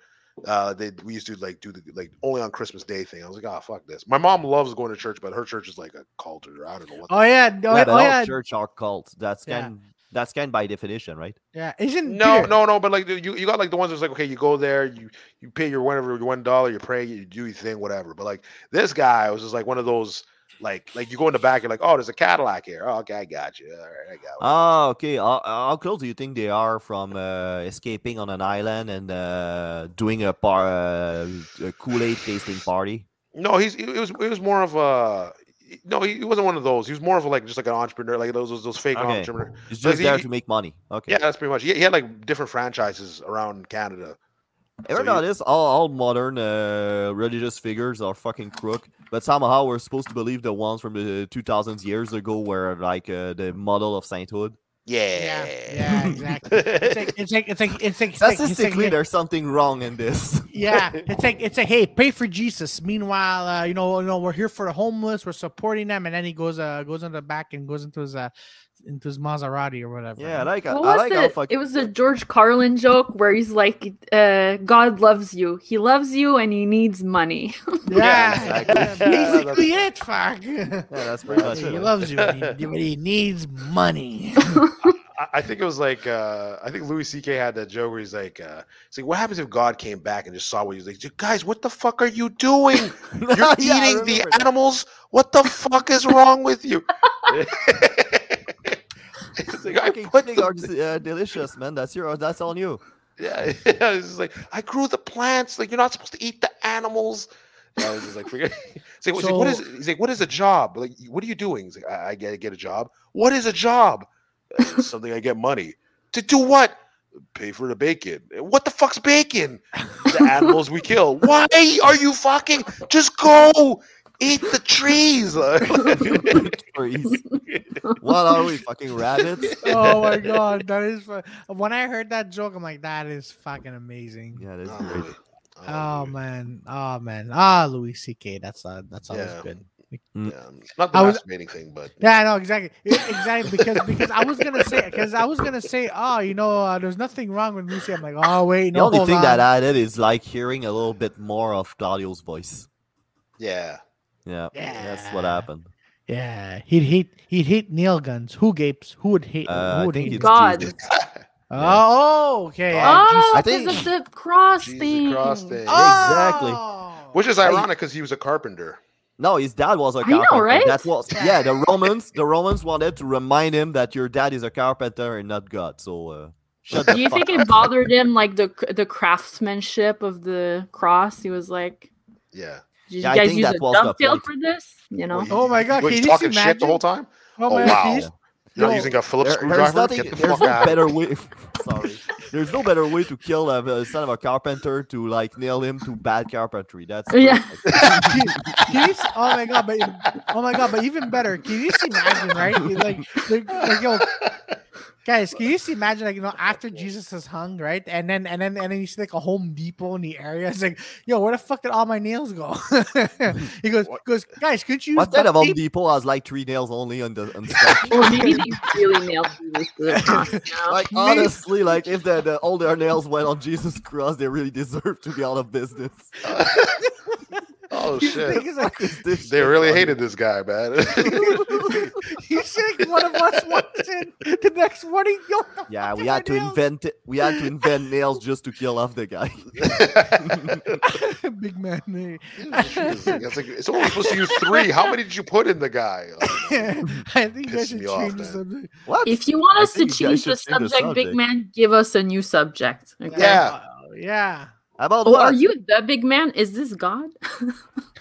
Uh, they we used to like do the like only on Christmas Day thing. I was like, oh fuck this. My mom loves going to church, but her church is like a cult or I don't know what. Oh yeah, oh, yeah, yeah, but oh, all yeah. church are cult. That's Yeah. kind. That's kind by definition, right? yeah. Isn't no, Peter- no, no. But like you, you got like the ones that's like, okay, you go there, you you pay your whatever your one dollar, you pray, you do your thing, whatever. But like this guy was just like one of those Like, like you go in the back, you're like, oh, there's a Cadillac here. Oh, okay, I got you. All right, I got one. Ah, okay. How, how close do you think they are from uh, escaping on an island and uh, doing a, par- uh, a Kool Aid tasting party? No, he's it was it was more of a no, he, he wasn't one of those. He was more of a, like just like an entrepreneur, like those those, those fake Okay. entrepreneur. Like, It's just there he- to make money. Okay. Yeah, that's pretty much. He, he had like different franchises around Canada. Ever So you- notice all, all modern uh, religious figures are fucking crook, but somehow we're supposed to believe the ones from the 2000s years ago were like uh, the model of sainthood. Yeah, Yeah, yeah, exactly. It's like it's like it's like it's like, it's like, it's like Statistically, there's something wrong in this. yeah, it's like it's like hey, pay for Jesus. Meanwhile, uh, you know, you know, we're here for the homeless. We're supporting them, and then he goes uh goes in the back and goes into his uh into his Maserati or whatever. Yeah, I like What I was like how it? fucking It was a George Carlin joke where he's like, uh, "God loves you. He loves you, and he needs money." Yeah, yeah, that's exactly. basically it. Fuck. Yeah, that's pretty much he it. loves you, but he, but he needs money. I, I think it was like uh, I think Louis C.K. had that joke where he's like, uh, "It's like, what happens if God came back and just saw what you like, "Dude, guys? What the fuck are you doing? You're Yeah, I eating the remember that. animals. What the fuck is wrong with you?" It's like, I Fucking put thing the- are just, uh, delicious, man. That's your that's on you. yeah, it's just like I grew the plants. Like you're not supposed to eat the animals. And I was just like, forget. He's like, he's like, what is? So- He's like, what is a job? Like, what are you doing? He's like, I, I get get a job. What is a job? "Uh, it's Something I get money to do what? Pay for the bacon. What the fuck's bacon? The animals we kill. Why are you fucking? Just go eat the trees. Oh, Please. what are we fucking rabbits? oh my god, that is fu- when I heard that joke, I'm like, that is fucking amazing. Yeah, that's great. Oh, Oh man, oh man, ah Louis C.K. That's uh, that's always Yeah. good. yeah. Not the I was- masturbating thing, but Yeah, I know exactly, E- exactly because because I was gonna say because I was gonna say oh you know uh, there's nothing wrong with Lucy. I'm like oh wait The no only hold thing on. that added is like hearing a little bit more of Claudio's voice. yeah. Yeah, that's what Yeah. happened. yeah he'd hate he'd hate nail guns. Who gapes? Who would oh, hate? Uh, who I would think hate? it's them? God. Jesus. Oh okay. oh, I because of think- the cross Jesus thing. Cross thing. Exactly. Oh, Which is I- ironic because he was a carpenter. No, his dad was a I know, carpenter. right? That was yeah. The Romans, the Romans wanted to remind him that your dad is a carpenter and not God. So uh, shut the Do you fuck think up. it bothered him, like the the craftsmanship of the cross? He was like, Yeah. "Did you Yeah, I guys think use that a was the dovetail point. for this?" You know, Well, you- Oh my you- God, were can you you talking shit the imagine? whole time? Oh, Oh, man, wow. he's- You're not No. using a Phillips There- screwdriver? there's nothing, Get the there's fuck no out. better way. Sorry, there's no better way to kill a, a son of a carpenter to like nail him to bad carpentry. That's Yeah. perfect. Can can you, s- oh my god, but oh my god, but even better. Can you just imagine, right? You Like, like, like, yo, guys, can you just imagine, like, you know, after Jesus is hung, right? And then and then and then you see like a Home Depot in the area. It's like, yo, where the fuck did all my nails go? he goes, What? goes, guys, could you? use Instead of duct Home tape?" Depot has like three nails only on the on stock. or maybe they really nailed Jesus to the cross. You know? Like honestly, like if the, the all their nails went on Jesus Christ, they really deserve to be out of business. oh, He's like, shit. he's like, Is this They shit really funny? hated this guy, man. you see, like, one of us walks in, the next morning, yo, the Yeah, fuck we are my had to nails?" invent it. We had to invent nails just to kill off the guy. big man. eh. It's like- it's like it's only supposed to use three. How many did you put in the guy? I think you guys Pissed should me off, change the man. subject. What? If you want I us to think you change guys the should change the subject, big subject. man, give us a new subject. Okay? Yeah. Uh, yeah. How about Well, what? are you the big man? Is this God?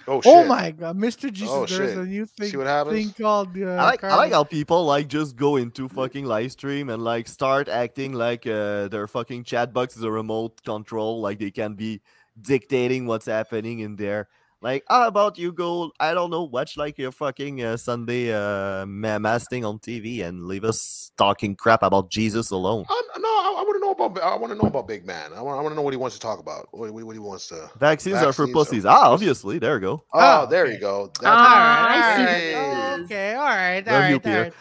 Oh shit! Oh my God, Mr. Jesus, Oh, there's shit. a new See thing, what happens? thing called. Uh, I like, I like Carlos- how people like just go into fucking live stream and like start acting like uh, their fucking chat box is a remote control, like they can be dictating what's happening in there. Like, how about you go? I don't know, watch like your fucking uh, Sunday uh, ma- mass thing on TV and leave us talking crap about Jesus alone. I, no, I, want to know about. I want to know about Big Man. I want. I want to know what he wants to talk about. What, what, what he wants to. Vaccines, are Vaccines for are pussies. for ah, obviously, there you go. Oh, Oh, there okay. you go. That's Ah, it. I see Oh. what Hey, it is. Okay, all right, all Love you, right, all Peter. right.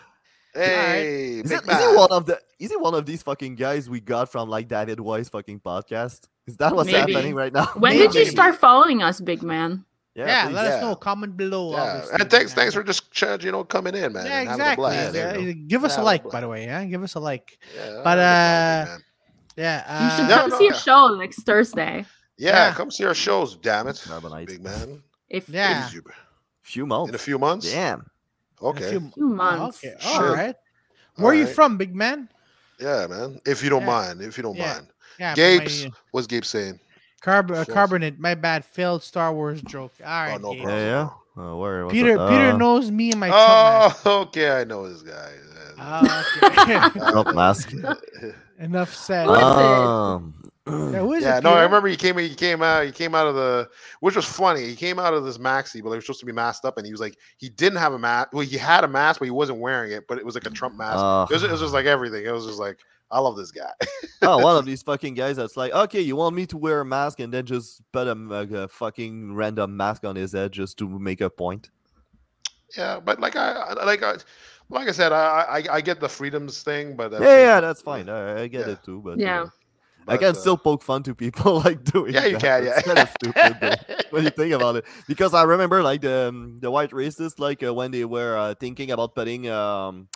Hey, Is, Big it, is Man. he one of the? Is he one of these fucking guys we got from like David Weiss fucking podcast? Is that what's Maybe. happening right now? When did you Maybe. start following us, big man? Yeah, please. let us yeah. know. Comment below. yeah. obviously, and thanks, man. thanks for just ch- you know coming in, man. Yeah, and having a exactly. blast. yeah, there yeah, Give us Yeah, a like, blah. by the way. Yeah, give us a like. Yeah, But, that'd be fun, man. Yeah, uh, You should No, come no, see yeah. a show next Thursday. yeah, yeah. come see our shows, damn it, Carbonite. big man. If Yeah. Please, you- Few months. in a few months. Damn. In a Okay. few- Two months. Okay. Shit. All right. Where are you Alright. from, big man? Yeah, man. If you don't Yeah. mind, if you don't Yeah. mind. Yeah, from Gapes. my- uh, What's Gabe saying? Carb- uh, Sure. carbonate. My bad. Failed Star Wars joke. All right. oh, no Gapes. Yeah, problem. yeah. Oh, where, what's Peter. up? Peter Uh, knows me and my. Trump Oh, okay. I know this guy. Yeah. mask. Ah, okay. Trump mask. Enough said. Who is it? Um, Yeah, who is yeah, it, no, I Peter? remember he came. He came out. He came out of the, which was funny. He came out of this maxi, but it was supposed to be masked up, and he was like, he didn't have a mask. Well, he had a mask, but he wasn't wearing it. But it was like a Trump mask. uh, it, was, it was just like everything. It was just like, I love this guy. oh, one of these fucking guys that's like, okay, you want me to wear a mask and then just put a, m- like, a fucking random mask on his head just to make a point. yeah, but like I, I- like I, like I said, I, I, I get the freedoms thing, but yeah, yeah, that's fine. I, I get Yeah. it too, but Yeah. uh, I can still poke fun to people like doing. Yeah, you that. can, yeah. It's kinda stupid though, when you think about it, because I remember like the um, the white racists, like uh, when they were uh, thinking about putting um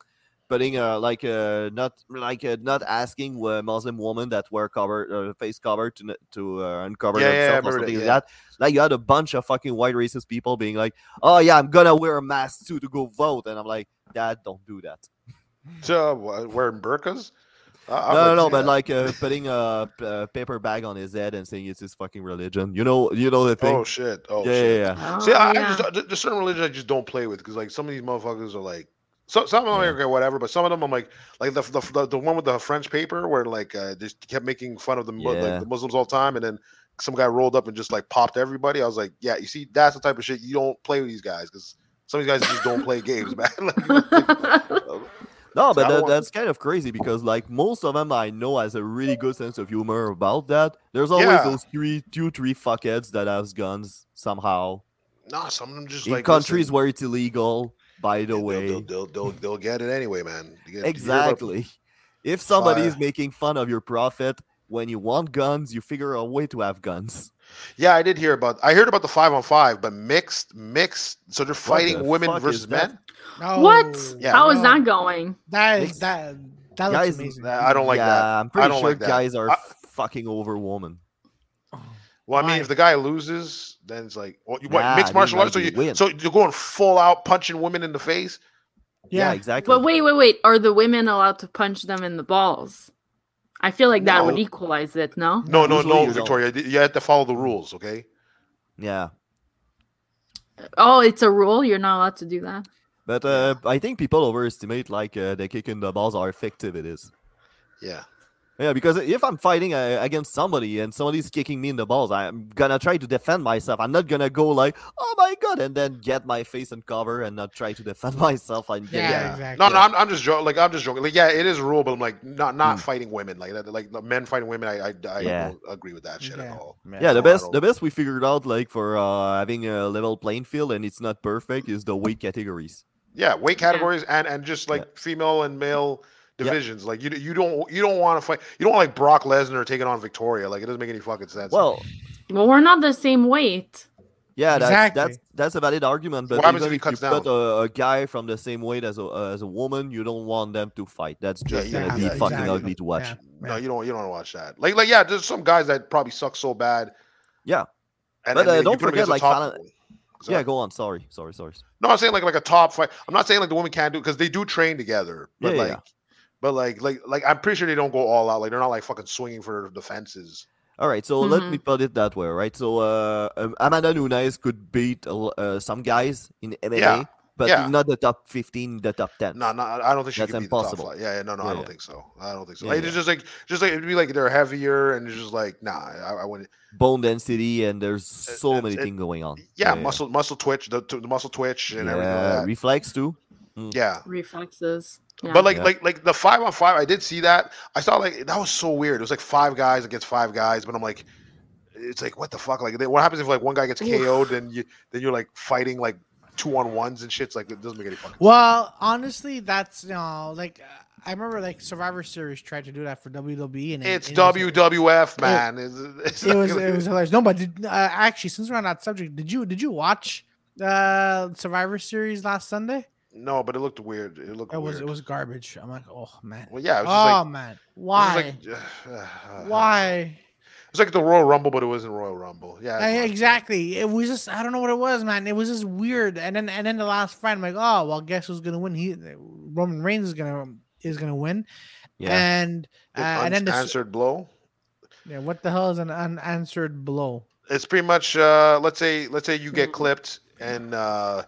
putting uh like uh not like uh, not asking uh, Muslim women that wear cover uh, face cover to n- to uh, uncover Yeah, yeah, I themselves or remember something that, like yeah. that. Like you had a bunch of fucking white racist people being like, "Oh yeah, I'm gonna wear a mask too to go vote," and I'm like, "Dad, don't do that." So, wha- wearing burqas. I, I No, no, would no, do but that. like uh, putting a, p- a paper bag on his head and saying it's his fucking religion. You know, you know the thing. oh shit, oh yeah, shit. yeah, yeah. Oh, See, I, yeah. I just there- there's certain religions I just don't play with because like some of these motherfuckers are like, so some of them Yeah. are okay, whatever, but some of them I'm like, like the the, the, the one with the French paper where like uh, just kept making fun of the mu- Yeah. like the Muslims all the time, and then some guy rolled up and just like popped everybody. I was like, yeah, you see, that's the type of shit you don't play with these guys because some of these guys just don't play games, man. Like, No, So but I that, want- that's kind of crazy because like most of them I know has a really good sense of humor about that. There's always Yeah. those three, two, three fuckheads that has guns somehow nah, some of them just in like countries listen, where it's illegal. By the they'll- way, they'll, they'll, they'll, they'll get it anyway, man. You get- you hear about- exactly. If somebody is Fire. making fun of your profit when you want guns, you figure a way to have guns. Yeah, I did hear about. I heard about the five on five, but mixed, mixed. So they're fighting the women fuck is versus that? men. No. Oh, What? Yeah. How No. is that going? That Ex- is that. That looks Guys, amazing. Nah, I don't like yeah, that. I'm pretty don't sure like that. guys are I- fucking over women. Well, I mean, Why? if the guy loses, then it's like what, you- what Nah, I mixed mean, martial like, arts. So you you win. so you're going full out punching women in the face. Yeah, Yeah. exactly. But wait, wait, wait. Are the women allowed to punch them in the balls? I feel like that would No. equalize it, no? No, no, usually you no, don't. Victoria. th- You have to follow the rules, okay? Yeah, Oh, it's a rule. You're not allowed to do that. but uh, I think people overestimate like uh, the kick in the balls how effective it is. Yeah. Yeah, because if I'm fighting uh, against somebody and somebody's kicking me in the balls, I'm gonna try to defend myself. I'm not gonna go like, "Oh my god," and then get my face and cover and not try to defend myself. And get Yeah, hit. exactly. No, no, I'm, I'm just joking. Like I'm just joking. Like yeah, it is a rule, but I'm like not not fighting women like that. Like the men fighting women, I I, I Hmm. Yeah. don't agree with that shit at Yeah. all. yeah, the no, I best the don't- best we figured out like for uh, having a level playing field and it's not perfect is the weight categories. Yeah, weight categories and and just like female and male Yeah. divisions. Like you you don't you don't want to fight. You don't want like Brock Lesnar taking on Victoria. Like it doesn't make any fucking sense. Well, Well, we're not the same weight. Yeah, that's Exactly. that's that's a valid argument. But What happens if even he if you cuts down? put a, a guy from the same weight as a as a woman, you don't want them to fight. That's Yeah, just you gonna don't be do that. fucking Exactly. ugly to watch. Yeah. No, you don't. You don't want to watch that. Like, like, yeah, there's some guys that probably suck so bad. Yeah. and, But, and uh, they- you don't put 'em forget, against a like, top Fallon- one. So- Yeah, go on. Sorry, sorry, sorry. No, I'm saying like like a top five. I'm not saying like the women can't do because they do train together. But Yeah, yeah, like, yeah. but like, like, like, I'm pretty sure they don't go all out. Like they're not like fucking swinging for the fences. All right, so let Mm-hmm. me put it that way, right? So uh, um, Amanda Nunes could beat a l- uh, some guys in MMA, Yeah, but yeah. not the top fifteen, the top ten. No, no, I don't think she That's can be impossible. the top five. Yeah, yeah, no, no, Yeah, I don't yeah. think so. I don't think so. Yeah, like, yeah. It's just like, just like it'd be like they're heavier and it's just like, nah, I, I wouldn't. bone density, and there's so it's- many it- things going on. Yeah, muscle, muscle twitch, the, the muscle twitch and everything. like Yeah, that. reflex too. yeah. Reflexes. Yeah. But like Yeah. like like the five on five, I did see that. I saw like that was so weird. It was like five guys against five guys, but I'm like, it's like what the fuck? Like, they- what happens if like one guy gets Oof. KO'd and you then you're like fighting like two on ones and shit? It's like it doesn't make any fucking. Well, honestly, that's no like uh, I remember like Survivor Series tried to do that for WWE and it- It's E. it was- WWF, man. It's- it's It not was gonna- it was hilarious. No, but did, uh, actually, since we're on that subject, did you did you watch uh Survivor Series last Sunday? no, but it looked weird. It looked It was weird. it was garbage. I'm like, oh man, well, yeah, it was oh just uh, man, why like, it was just like, why? was like the Royal Rumble, but it wasn't Royal Rumble. Yeah, uh, I- Eh, exactly. It was just I don't know what it was, man. It was just weird. And then and then the last friend, like, oh well, guess who's gonna win? He Roman Reigns is gonna is gonna win. Eh, Yeah. And uh, An and then the, s- unanswered blow. yeah, what the hell is an unanswered blow? It's pretty much uh, let's say let's say you Mm-hmm. Mm. get clipped and uh,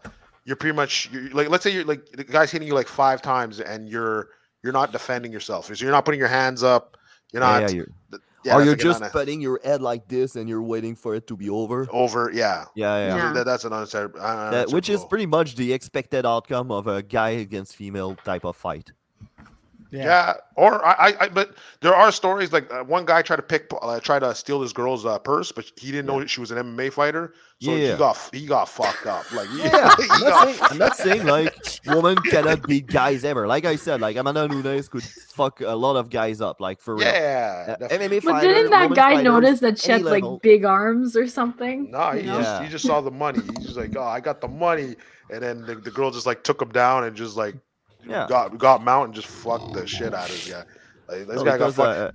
you're pretty much you like let's say you're like the guy's hitting you like five times and you're you're not defending yourself. So you're not putting your hands up. You're Yeah, not. yeah, you're- yeah, or that's you're like an just una- putting your head like this and you're waiting for it to be over. over. Yeah, Yeah, yeah. Yeah. That, that's an unanswered. unanswered That, which is blow. pretty much the expected outcome of a guy against female type of fight. Yeah, or I, I, I, but there are stories like uh, one guy tried to pick, uh, try to steal this girl's uh, purse, but he didn't know she was an MMA fighter, so Yeah. he got f- he got fucked up. Like, he- Yeah, he I'm got not, saying, I'm not saying like women cannot beat guys ever. Like I said, like Amanda Nunes could fuck a lot of guys up, like for real. yeah. Uh, definitely. MMA But fighter, didn't that woman guy fighters, notice that she any had like level. big arms or something? No, he, You know? just, he Yeah. just saw the money. He's just like, oh, I got the money, and then the, the girl just like took him down and just like Yeah. got got mount and just fucked the shit out of this guy. Like, this No, guy got because, fucked. uh,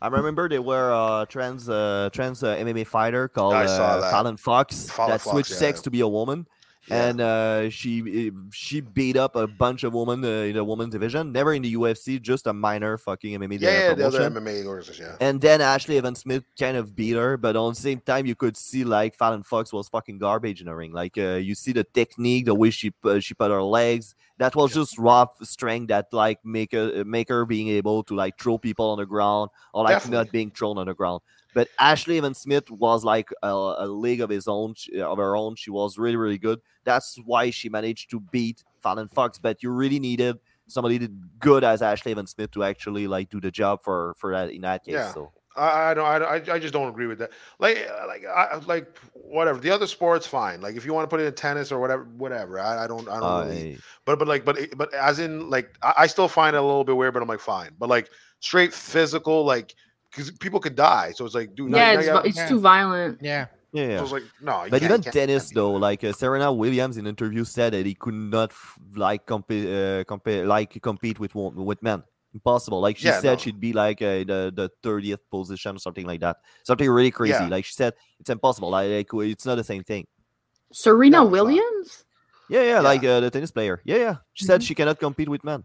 I remember there were uh, trans uh, trans uh, MMA fighter called I saw uh, that. Fallon Fox Fallon that Fox, switched yeah. sex to be a woman, Yeah. and uh, she she beat up a bunch of women uh, in the women's division. Never in the UFC, just a minor fucking yeah, MMA yeah, the promotion. other MMA organization. Yeah. And then Ashley Evan Smith kind of beat her, but on the same time, you could see like Fallon Fox was fucking garbage in the ring. Like uh, you see the technique, the way she pu- she put her legs. That was just raw strength that like make her make her being able to like throw people on the ground or like not Definitely. being thrown on the ground. But Ashley Evan Smith was like a, a league of his own, sh- of her own. She was really really good. That's why she managed to beat Fallon Fox. But you really needed somebody that- good as Ashley Evan Smith to actually like do the job for for that in that case. Yeah. So. I, I don't. I, I I just don't agree with that. Like, uh, like, I, like, whatever. The other sports, fine. Like, if you want to put it in tennis or whatever, whatever. I, I don't. I don't. really, I, but, but, like, but, it- but, as in, like, I, I still find it a little bit weird. But I'm like, fine. But like, straight physical, like, because people could die. So it's like, dude, no, yeah, no, it's, yeah. vi- it's yeah. too violent. Yeah. yeah, So yeah. it's like, no. you But can't- even you can't- tennis, can't do though, like uh, Serena Williams in interview said that he could not f- like compete, uh, compa- like compete with wo- with men. Impossible. Like she Yeah, said, no. she'd be like uh, the the thirtieth position or something like that. Something really crazy. Yeah. Like she said, it's impossible. Like, like, w- it's not the same thing. Serena No, it's not. Williams? Yeah, yeah. Yeah. Mm-hmm. Like uh, the tennis player. Yeah, yeah. She said she cannot compete with men.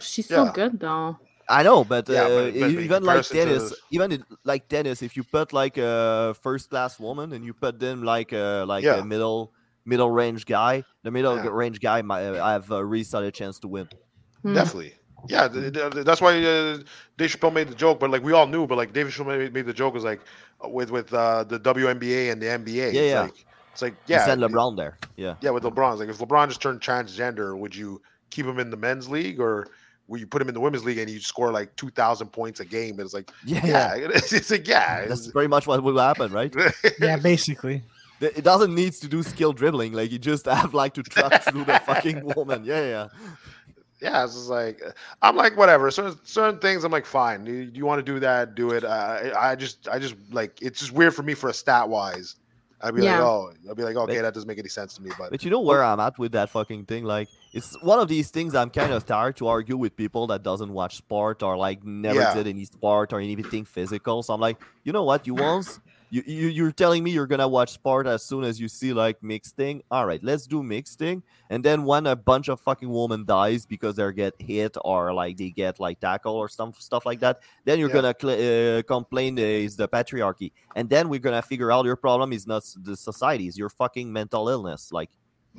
She's so Yeah. good though. I know, but, Yeah, uh, but- but in even like comparison to tennis, the- even in, like tennis, if you put like a first class woman and you put them like a like Yeah. a middle middle range guy, the middle Yeah. range guy might uh, have a really solid chance to win. Hmm. Definitely. Yeah, th- th- th- that's why uh, Dave Chappelle made the joke, but like we all knew, but like Dave Chappelle made, made the joke was like uh, with with uh, the WNBA and the NBA. Yeah, it's yeah. Like, it's like You yeah, send it- LeBron there. Yeah, Yeah, with LeBron, it's like if LeBron just turned transgender, would you keep him in the men's league or would you put him in the women's league and you score like two thousand points a game? It's like yeah, yeah, it's, it's like yeah, That's it's, pretty much what will happen, right? Yeah, basically. Th- It doesn't needs to do skill dribbling. Like you just have like to trap through the fucking woman. Yeah, yeah. yeah. It's just like I'm like whatever. Certain certain things I'm like fine. You, you want to do that, do it. Uh, I I just I just like it's just weird for me for a stat wise. I'd be like Yeah. oh, I'd be like okay, that doesn't make any sense to me, but But you know where I'm at with that fucking thing. Like, it's one of these things I'm kind of tired to argue with people that doesn't watch sport or like never Yeah. did any sport or anything physical. So I'm like, you know what? You once you, you you're telling me you're gonna watch sport as soon as you see like mixed thing. All right, let's do mixed thing. And then when a bunch of fucking women dies because they get hit or like they get like tackled or some stuff like that, then you're Yeah. gonna cl- uh, complain uh, is the patriarchy. And then we're gonna figure out your problem is not s- the society, is your fucking mental illness. Like.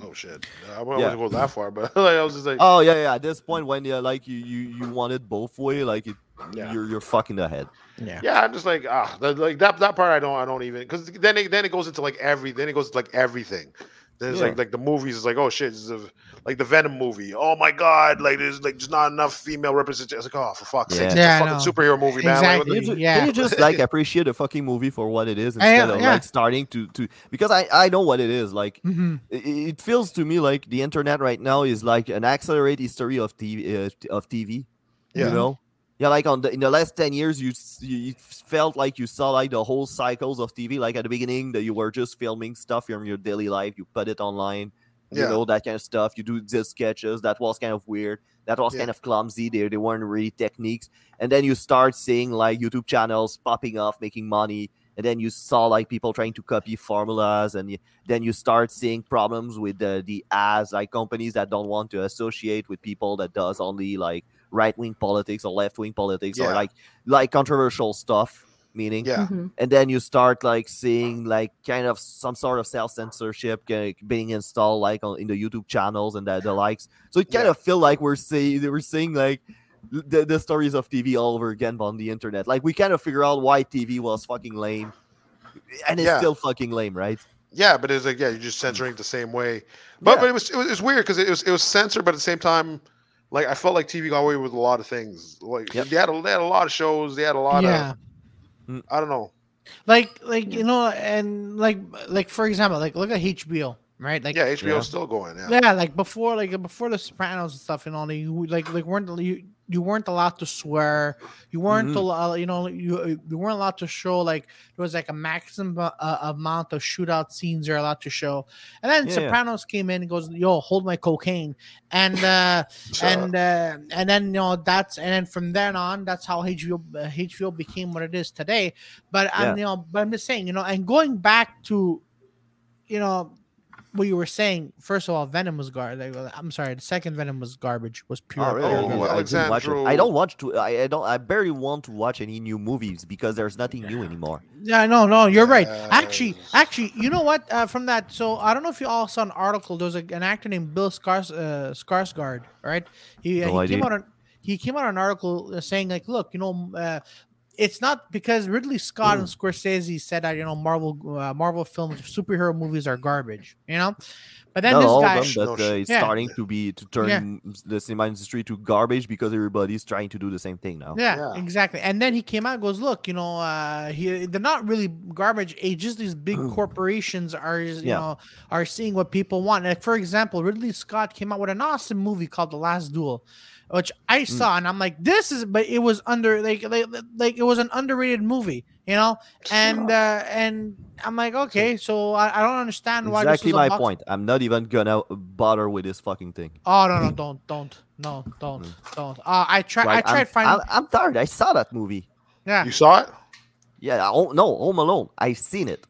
oh shit, I wouldn't Yeah. go that far, but like, I was just like Oh yeah, yeah. At this point, when yeah, like you, you, you want it both way, like it, Yeah. you're you're fucking ahead. Yeah. Yeah, I'm just like ah, that, like that that part I don't I don't even because then it, then it goes into like every then it goes into like everything. Then it's Yeah. like like the movies is like oh shit, this is a, like the Venom movie. Oh my god, like there's like just not enough female representation. It's like oh for fuck's sake, Yeah. it's Yeah, I a fucking superhero movie, man. Like, what Can you, Exactly. ju- Yeah. can you just like appreciate the fucking movie for what it is instead of yeah. like starting to to because I I know what it is like. Mm-hmm. i- i- It feels to me like the internet right now is like an accelerated history of TV uh, t- of TV. Yeah. You know. Yeah, like on the in the last ten years, you, s- you you felt like you saw like the whole cycles of TV. Like at the beginning, that you were just filming stuff from your daily life, you put it online, the- you know that kind of stuff. You do these sketches. That was kind of weird. That was Yeah. kind of clumsy. They they weren't really techniques. And then you start seeing like YouTube channels popping off, making money. And then you saw like people trying to copy formulas, and y- then you start seeing problems with the the ads, like companies that don't want to associate with people that does only like right wing politics or left wing politics or Yeah. like like controversial stuff. Meaning, Mm-hmm. Yeah. Mhm. and then you start like seeing like kind of some sort of self censorship being installed like on, in the YouTube channels and the, the likes. So it kind Yeah. of feel like we're seeing we're seeing like the, the stories of TV all over again on the internet. Like we kind of figure out why TV was fucking lame, and it's Yeah. still fucking lame, right? Yeah, but it's like yeah, you're just censoring it the same way. But Mm. Yeah. but it was it was, it was weird because it was it was censored, but at the same time, like I felt like TV got away with a lot of things. Like Yep. they had a, they had a lot of shows, they had a lot yeah. of I don't know. like like you know and like like for example like look at hbo right like yeah, HBO's Yeah. still going. Yeah, yeah like before like before the sopranos and stuff and all that, you like like weren't you, you weren't allowed to swear you weren't Mhm. allowed you know you, you weren't allowed to show like there was like a maximum uh, uh, amount of shootout scenes you're allowed to show and then Yeah, yeah. sopranos came in and goes yo hold my cocaine and uh So, and uh, and then you know that's and then from then on that's how HBO uh, HBO became what it is today. But I'm Yeah. you know but I'm just saying you know and going back to you know what you were saying first of all Venom was garbage. I'm sorry, the second Venom was garbage was pure. Oh, really? pure I didn't- garbage. I, didn't watch it. I Alexandro- don't watch to. I, I don't. I barely want to watch any new movies because there's nothing new anymore. Yeah, no, no, you're right. Actually, Yes. actually, you know what? Uh, from that, so I don't know if you all saw an article. There was a, an actor named Bill Skars, uh, Skarsgård, right? He, uh, No he idea. came out on he came out on an article uh, saying like, look, you know, uh, it's not because Ridley Scott Mm. and Scorsese said that you know Marvel uh, Marvel films, superhero movies are garbage, you know. But then Not all this guy, of them, but No uh, it's Yeah. starting to be to turn the cinema industry to garbage because everybody's trying to do the same thing now. Yeah, Yeah. exactly. And then he came out and goes, look, you know, uh, he, they're not really garbage. It's just these big corporations are, you Yeah. know, are seeing what people want. Like, for example, Ridley Scott came out with an awesome movie called The Last Duel, which I Mm. saw and I'm like, this is, but it was under, like, like, like it was an underrated movie, you know? And, uh, and I'm like, okay, so I, I don't understand why exactly this was my a box- point. I'm not even gonna bother with this fucking thing. Oh, no, no, don't, don't, no, don't, don't. Uh, I tried, Like, I tried Mm. I'm, finding, I'm, I'm tired. I saw that movie. yeah. you saw it? Yeah, I, oh, no, Home Alone. I've seen it.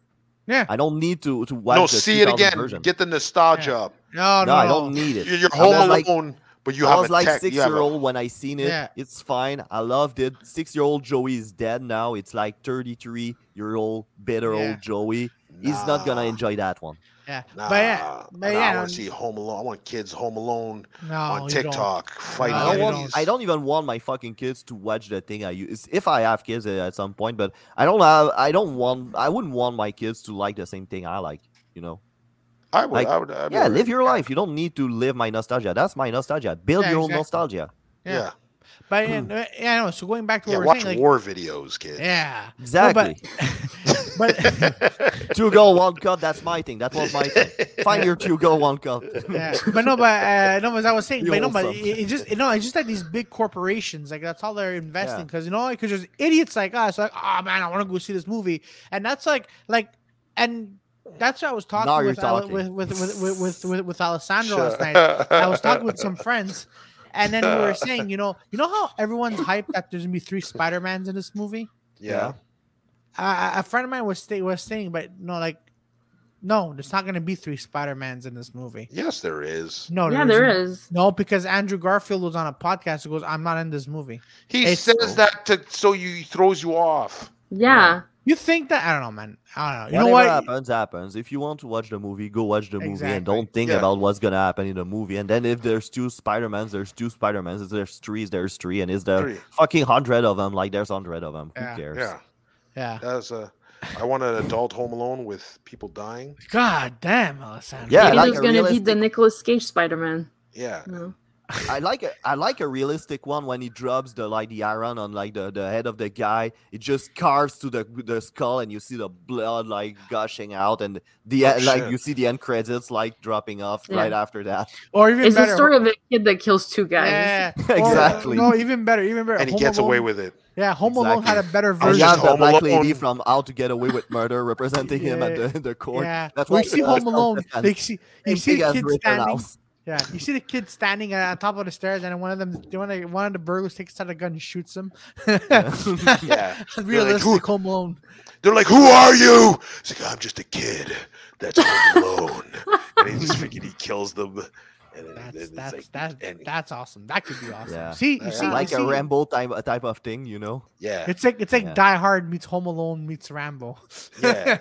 Yeah. I don't need to to watch. No, the see it 2000 again. version. Get the nostalgia Yeah. up. No, no, no, I no. don't need it. You're, you're I home was like- alone, but you I have was a like tech. six you have year a- old when I seen it. Yeah. It's fine. I loved it. Six year old Joey is dead now. It's like thirty three year old bitter Yeah. old Joey. He's not gonna Nah, enjoy that one. Yeah, Nah, but yeah, but nah, yeah, I want um, to see Home Alone. I want kids Home Alone no, on you don't. TikTok fighting. No, Oh, I don't, you want, enemies. I don't even want my fucking kids to watch the thing I use if I have kids uh, at some point. But I don't have. I don't want. I wouldn't want my kids to like the same thing I like. You know. I would. like, I would. I would yeah, live your life. You don't need to live my nostalgia. That's my nostalgia. Build Yeah, your own exactly. nostalgia. Yeah, Yeah. Hmm. but yeah, no, yeah, no. So going back to Yeah, what we're watch saying, like, war videos, kid. yeah, Exactly. but two goal, one cup. That's my thing. That was my thing. Find your two goal, one cup. yeah, but no, but uh, no, but I was saying, You but no, but wholesome. it, it just no, it's just like these big corporations, like that's all they're investing Yeah. because you know, because there's idiots like us, like oh man, I want to go see this movie, and that's like like and. That's what I was talking, Now you're with, Ale- talking. with with with with with with, with Alessandro Sure. last night. I was talking with some friends, and then we were saying, you know, you know how everyone's hyped that there's gonna be three Spider Mans in this movie. Yeah. Uh, a friend of mine was stay, was saying, but no, like, no, there's not gonna be three Spider Mans in this movie. Yes, there is. No, yeah, Oh, isn't. there is. No, because Andrew Garfield was on a podcast who goes, "I'm not in this movie." He It's- says that to so you he throws you off. Yeah. You think that? I don't know, man. I don't know. You Whatever know what? happens, happens. If you want to watch the movie, go watch the movie and Exactly. don't think Yeah. about what's gonna happen in the movie. And then if there's two Spider Mans, there's two Spider Mans. If there's three, there's three. And is there Three. fucking hundred of them? Like there's hundred of them. Yeah, Who cares? Yeah. Yeah. That's a. I want an adult Home Alone with people dying. God damn, Alessandro. Yeah, Maybe like there's a gonna be the realistic- Nicolas Cage Spider Man. Yeah. No. I like a, I like a realistic one when he drops the like the iron on like the, the head of the guy. It just carves to the the skull and you see the blood like gushing out and the Oh, uh, like shit. you see the end credits like dropping off Yeah. right after that. Or even It's better, the story of a kid that kills two guys. yeah, or- exactly. Oh, no, even better, even better. and he Home gets away Alone- with it. Yeah, Home Alone Exactly. had a better I version version. just love the Home black lady Alone. from How to Get Away with Murder representing him at Yeah. the, the court. Yeah, That's why we see Home Alone. They see, you and see big the as kid Rittenhouse. standing. Yeah, you see the kid standing on top of the stairs, and one of them, one of the, one of the burglars takes out a gun and shoots him. Yeah. Realistic "Who-" Home Alone. They're like, "Who are you?" He's like, "I'm just a kid. That's Home Alone." and he just freaking he kills them. And then, then That's it's that's like, that's and- that's awesome. That could be awesome. Yeah. See, you Yeah. see, like you a see, Rambo type type of thing, you know. yeah, It's like it's like Yeah. Die Hard meets Home Alone meets Rambo. yeah. yeah,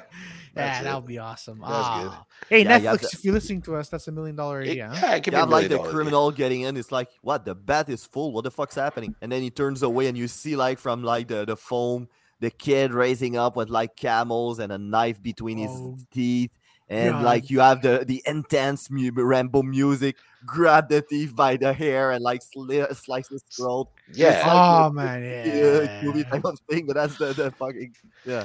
That's that it. would be awesome. That was good. Ah. Hey, Yeah, you have Netflix, to- if you're listening to us, that's a million dollar It- idea. huh? yeah, it could be a Yeah, like million the dollar criminal getting in, it's like, what? The bat is full. What the fuck's happening? And then he turns away, and you see like from like the the foam, the kid raising up with like camels and a knife between Oh, his teeth, and God. like you have the the intense mu- Rambo music. Grab the thief by the hair and like sli- slice his throat. thing. Yeah. Oh like, man, Yeah, movie yeah. type of thing, but that's the, the fucking yeah.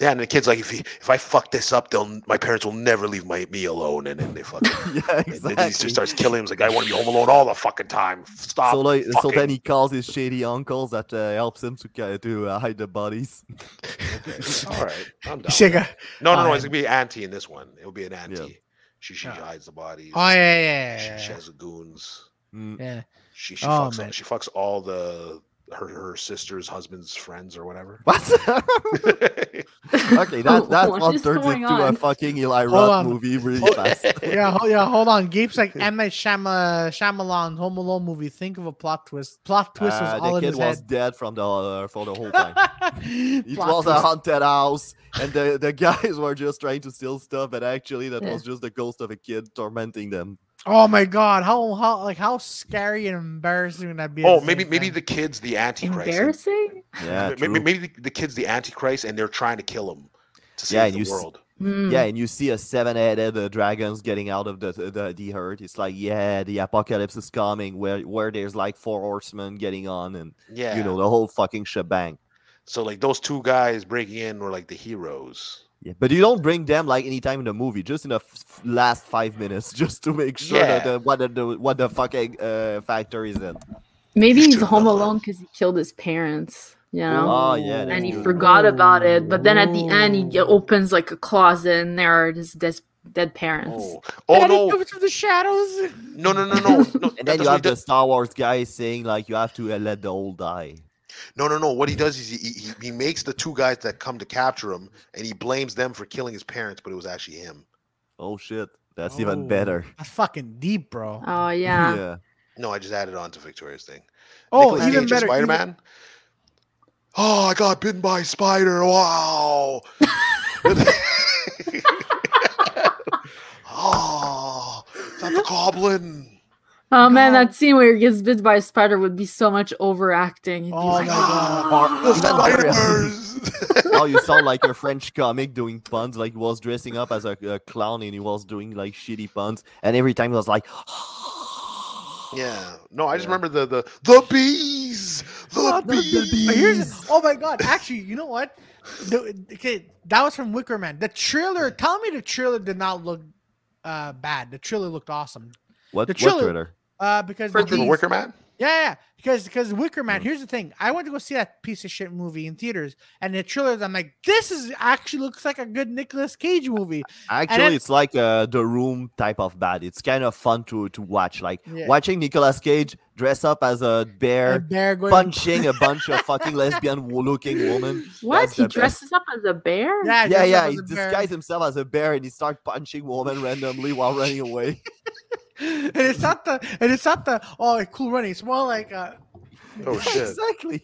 Yeah, and the kid's like, if he, if I fuck this up, they'll my parents will never leave my me alone, and then they fucking Yeah, and then he just exactly. starts killing him. He's like, I want to be home alone all the fucking time. Stop. So, like, so fucking- then he calls his shady uncles that uh, helps him to ca- to uh, hide the bodies. all right, I'm done. Shake a- No, no, no. Fine. It's gonna be an auntie in this one. It will be an auntie. She she Yeah. hides the bodies. Oh yeah, She- yeah, She, yeah, has the goons. Mm. yeah. She she Oh, fucks man. all, she fucks all the her her sister's husband's friends or whatever. What? okay, that that What one is turns going into a on? fucking Eli Hold Roth on. movie really Hold- fast. yeah. Yeah, ho- yeah, hold on. Gabe's like M. Night Shama, Shyamalan, Home Alone movie. Think of a plot twist. Plot twist was Uh, all the in kid his was head. dead from the uh, for the whole time. It was a twist. haunted house, and the, the guys were just trying to steal stuff, but actually that Yeah. was just the ghost of a kid tormenting them. Oh my god, how how like how scary and embarrassing would that be? at oh, the maybe same maybe time? the kid's the antichrist. Embarrassing? Yeah, Maybe, true. maybe the, the kid's the antichrist, and they're trying to kill him to save Yeah, and the you s- world. Hmm. Yeah, and you see a seven-headed uh, dragons getting out of the, the the herd. It's like, yeah, the apocalypse is coming. Where where there's like four horsemen getting on, and yeah, you know the whole fucking shebang. So like those two guys breaking in were like the heroes. Yeah, but you don't bring them like any time in the movie, just in the f- last five minutes, just to make sure that Yeah. the, what the, the what the fucking uh, factor is in. Maybe Just he's turn home it on. alone because he killed his parents. You know, Oh, yeah, and he Ooh. forgot about it. But then at the end, he Oh. opens like a closet, and there are his des- dead parents. Oh, oh Daddy no, comes from the shadows. no, no, no, no, no. And that- then that's you what he have the does. Star Wars guy saying like you have to uh, let the old die. No, no, no. What he does is he, he he makes the two guys that come to capture him, and he blames them for killing his parents, but it was actually him. Oh shit, that's Oh, even better. That's fucking deep, bro. Oh yeah. No, I just added on to Victoria's thing. oh, Nicolas even Cage as better. even- Spider-Man. Oh, I got bitten by a spider. Wow. oh, is that the goblin? Oh man, God. that scene where he gets bit by a spider would be so much overacting. He'd be Oh, like, my God. "Ah." The Even better. spiders. now Oh, you sound like a French comic doing puns, like he was dressing up as a, a clown and he was doing like shitty puns, and every time he was like, yeah. No, I just Yeah. remember the the the bees. The Not the- the bees. But here's Please. oh my god! Actually, you know what? The, okay, that was from Wicker Man. The trailer. Tell me the trailer did not look uh, bad. The trailer looked awesome. "What? The What trailer- Twitter? Uh, because For the the bees- The Wicker Man. Yeah, yeah, because because Wicker Man. Mm. Here's the thing: I went to go see that piece of shit movie in theaters, and the trailers. I'm like, this is actually looks like a good Nicolas Cage movie. Actually, then- it's like uh, the room type of bad. It's kind of fun to to watch. Like Yeah. watching Nicolas Cage dress up as a A bear, bear going- punching a bunch of fucking lesbian wo- looking women. What? That's He the best. dresses up as a bear? Yeah, Yeah, dressed up yeah, as he a bear. disguised himself as a bear and he start punching women randomly while running away. And it's not the and it's not the oh cool running. It's more like uh, Oh shit. exactly,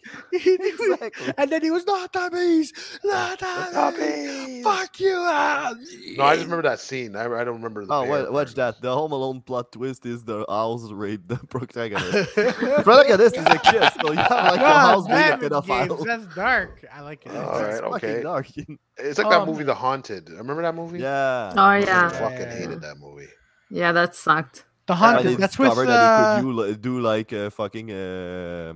exactly. and then he was not the bees, not The the bees. bees. Fuck you! Ah. No, I just remember that scene. I, I don't remember the. Oh, bear wa- watch part. that. The Home Alone plot twist is the house rape the protagonist. the protagonist is a kid, so you have like a God house being a damn it, Gabe, pedophile. Oh, that's dark. I like it. All It's right, fucking okay. dark. It's like that Um, movie, The Haunted. Remember that movie? yeah. Oh I yeah. fucking Yeah. hated that movie. Yeah, that sucked. The I haunted. didn't That's with discover uh, that they could u- li- do like uh, fucking uh,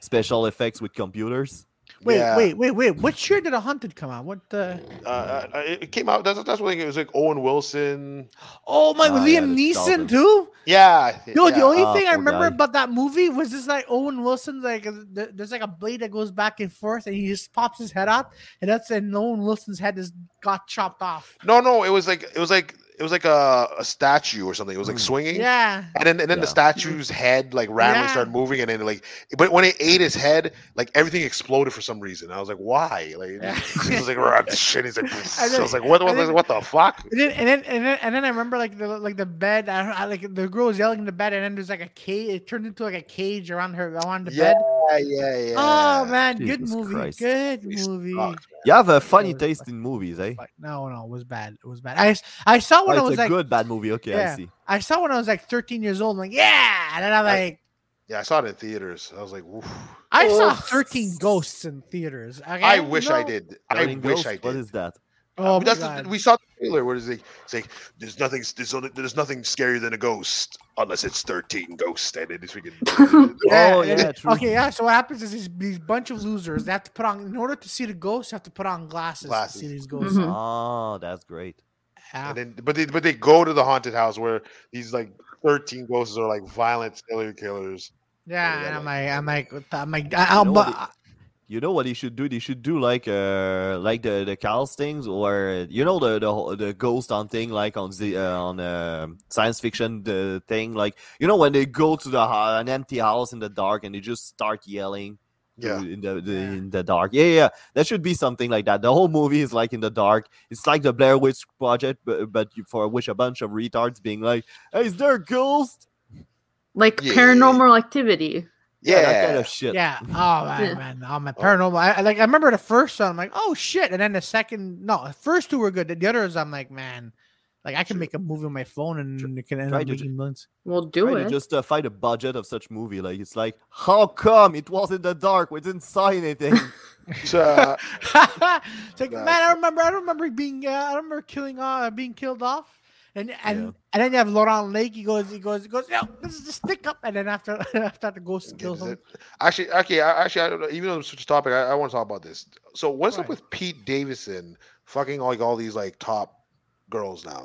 special effects with computers. Wait, Yeah. wait, wait, wait. What year did The Haunted come out? What the? Uh, uh, uh, it it came out. That's that's when it was like Owen Wilson. Oh my, with Ah, yeah, Liam the Neeson dolphin. too. Yeah, Yo, yeah. the only Ah, thing I poor remember guy. about that movie was this like Owen Wilson, like uh, th- there's like a blade that goes back and forth, and he just pops his head out, and that's and Owen Wilson's head just got chopped off. no, no, it was like it was like it was like a, a statue or something. It was like Mm. swinging. Yeah, And then, and then the Yeah. statue's head like randomly Yeah. started moving, and then like, but when it ate his head, like everything exploded for some reason. I was like, why? Like, Yeah. he was like, "Rah, shit. He's like, then- I was like, what, what, and then- what the fuck? and then and then and then, and then I remember like the like the bed, I, I like the girl was yelling in the bed, and then there's like a cage. It turned into like a cage around her around the bed. yeah, yeah. Oh man, good Jesus movie, Christ. good It movie. sucked, man. You have a funny was taste in movies, eh? But no, no, it was bad. It was bad. I I saw Oh, when I it's was a like good bad movie. Okay, Yeah. I see. I saw when I was like 13 years old. I'm like, yeah, and then I'm I- like. Yeah, I saw it in theaters. I was like, Oof. I saw Ugh. 13 ghosts in theaters. Okay? I wish I No. did. I Burning wish Ghost, I What did. is that? Oh, my But that's the- God. we saw the trailer where it's like, it's like there's nothing there's, only, there's nothing scarier than a ghost unless it's 13 ghosts and it is freaking Oh, yeah, true. Okay, yeah. So what happens is these, these bunch of losers. They have to put on in order to see the ghosts. Have to put on glasses, to Glasses. see these ghosts. Mhm. Oh, that's great. Yeah. And then, but they but they go to the haunted house where these like thirteen ghosts are like violent serial killers. Yeah, yeah, and I'm like- like, I'm like, what the- I'm like, I- I'll know bu- what You know what he should do? He should do like uh like the the cows things or you know the the whole- the ghost on thing like on the uh, on um science fiction the thing like you know when they go to the ho- an empty house in the dark and they just start yelling to- Yeah, in the, the Yeah. in the dark yeah yeah that should be something like that the whole movie is like in the dark it's like the Blair Witch Project but but you, for which a bunch of retards being like hey is there a ghost Like Yeah. paranormal activity. that kind yeah. of shit yeah. Oh Yeah. man, man. Oh my paranormal. I, I like. I remember the first one. I'm like, oh shit. And then the second, no, the first two were good. The others, I'm like, man, like I can Sure. make a movie on my phone and Tr- it can end try up to ju- making millions. We'll do trying it. to just uh, find a budget of such movie. Like it's like, how come it was in the dark? We didn't saw anything. So, uh, it's like, man, I Exactly. remember, I remember being, uh, I remember killing, uh, being killed off, and and Yeah. and then you have Laurent Lake. He goes, he goes, he goes. Yo, this is the stick up, and then after after the ghost kills is him. it- actually, okay, I, actually, I don't know. Even though it's such a topic, I, I want to talk about this. So, what's Right. up with Pete Davidson fucking like all these like top girls now?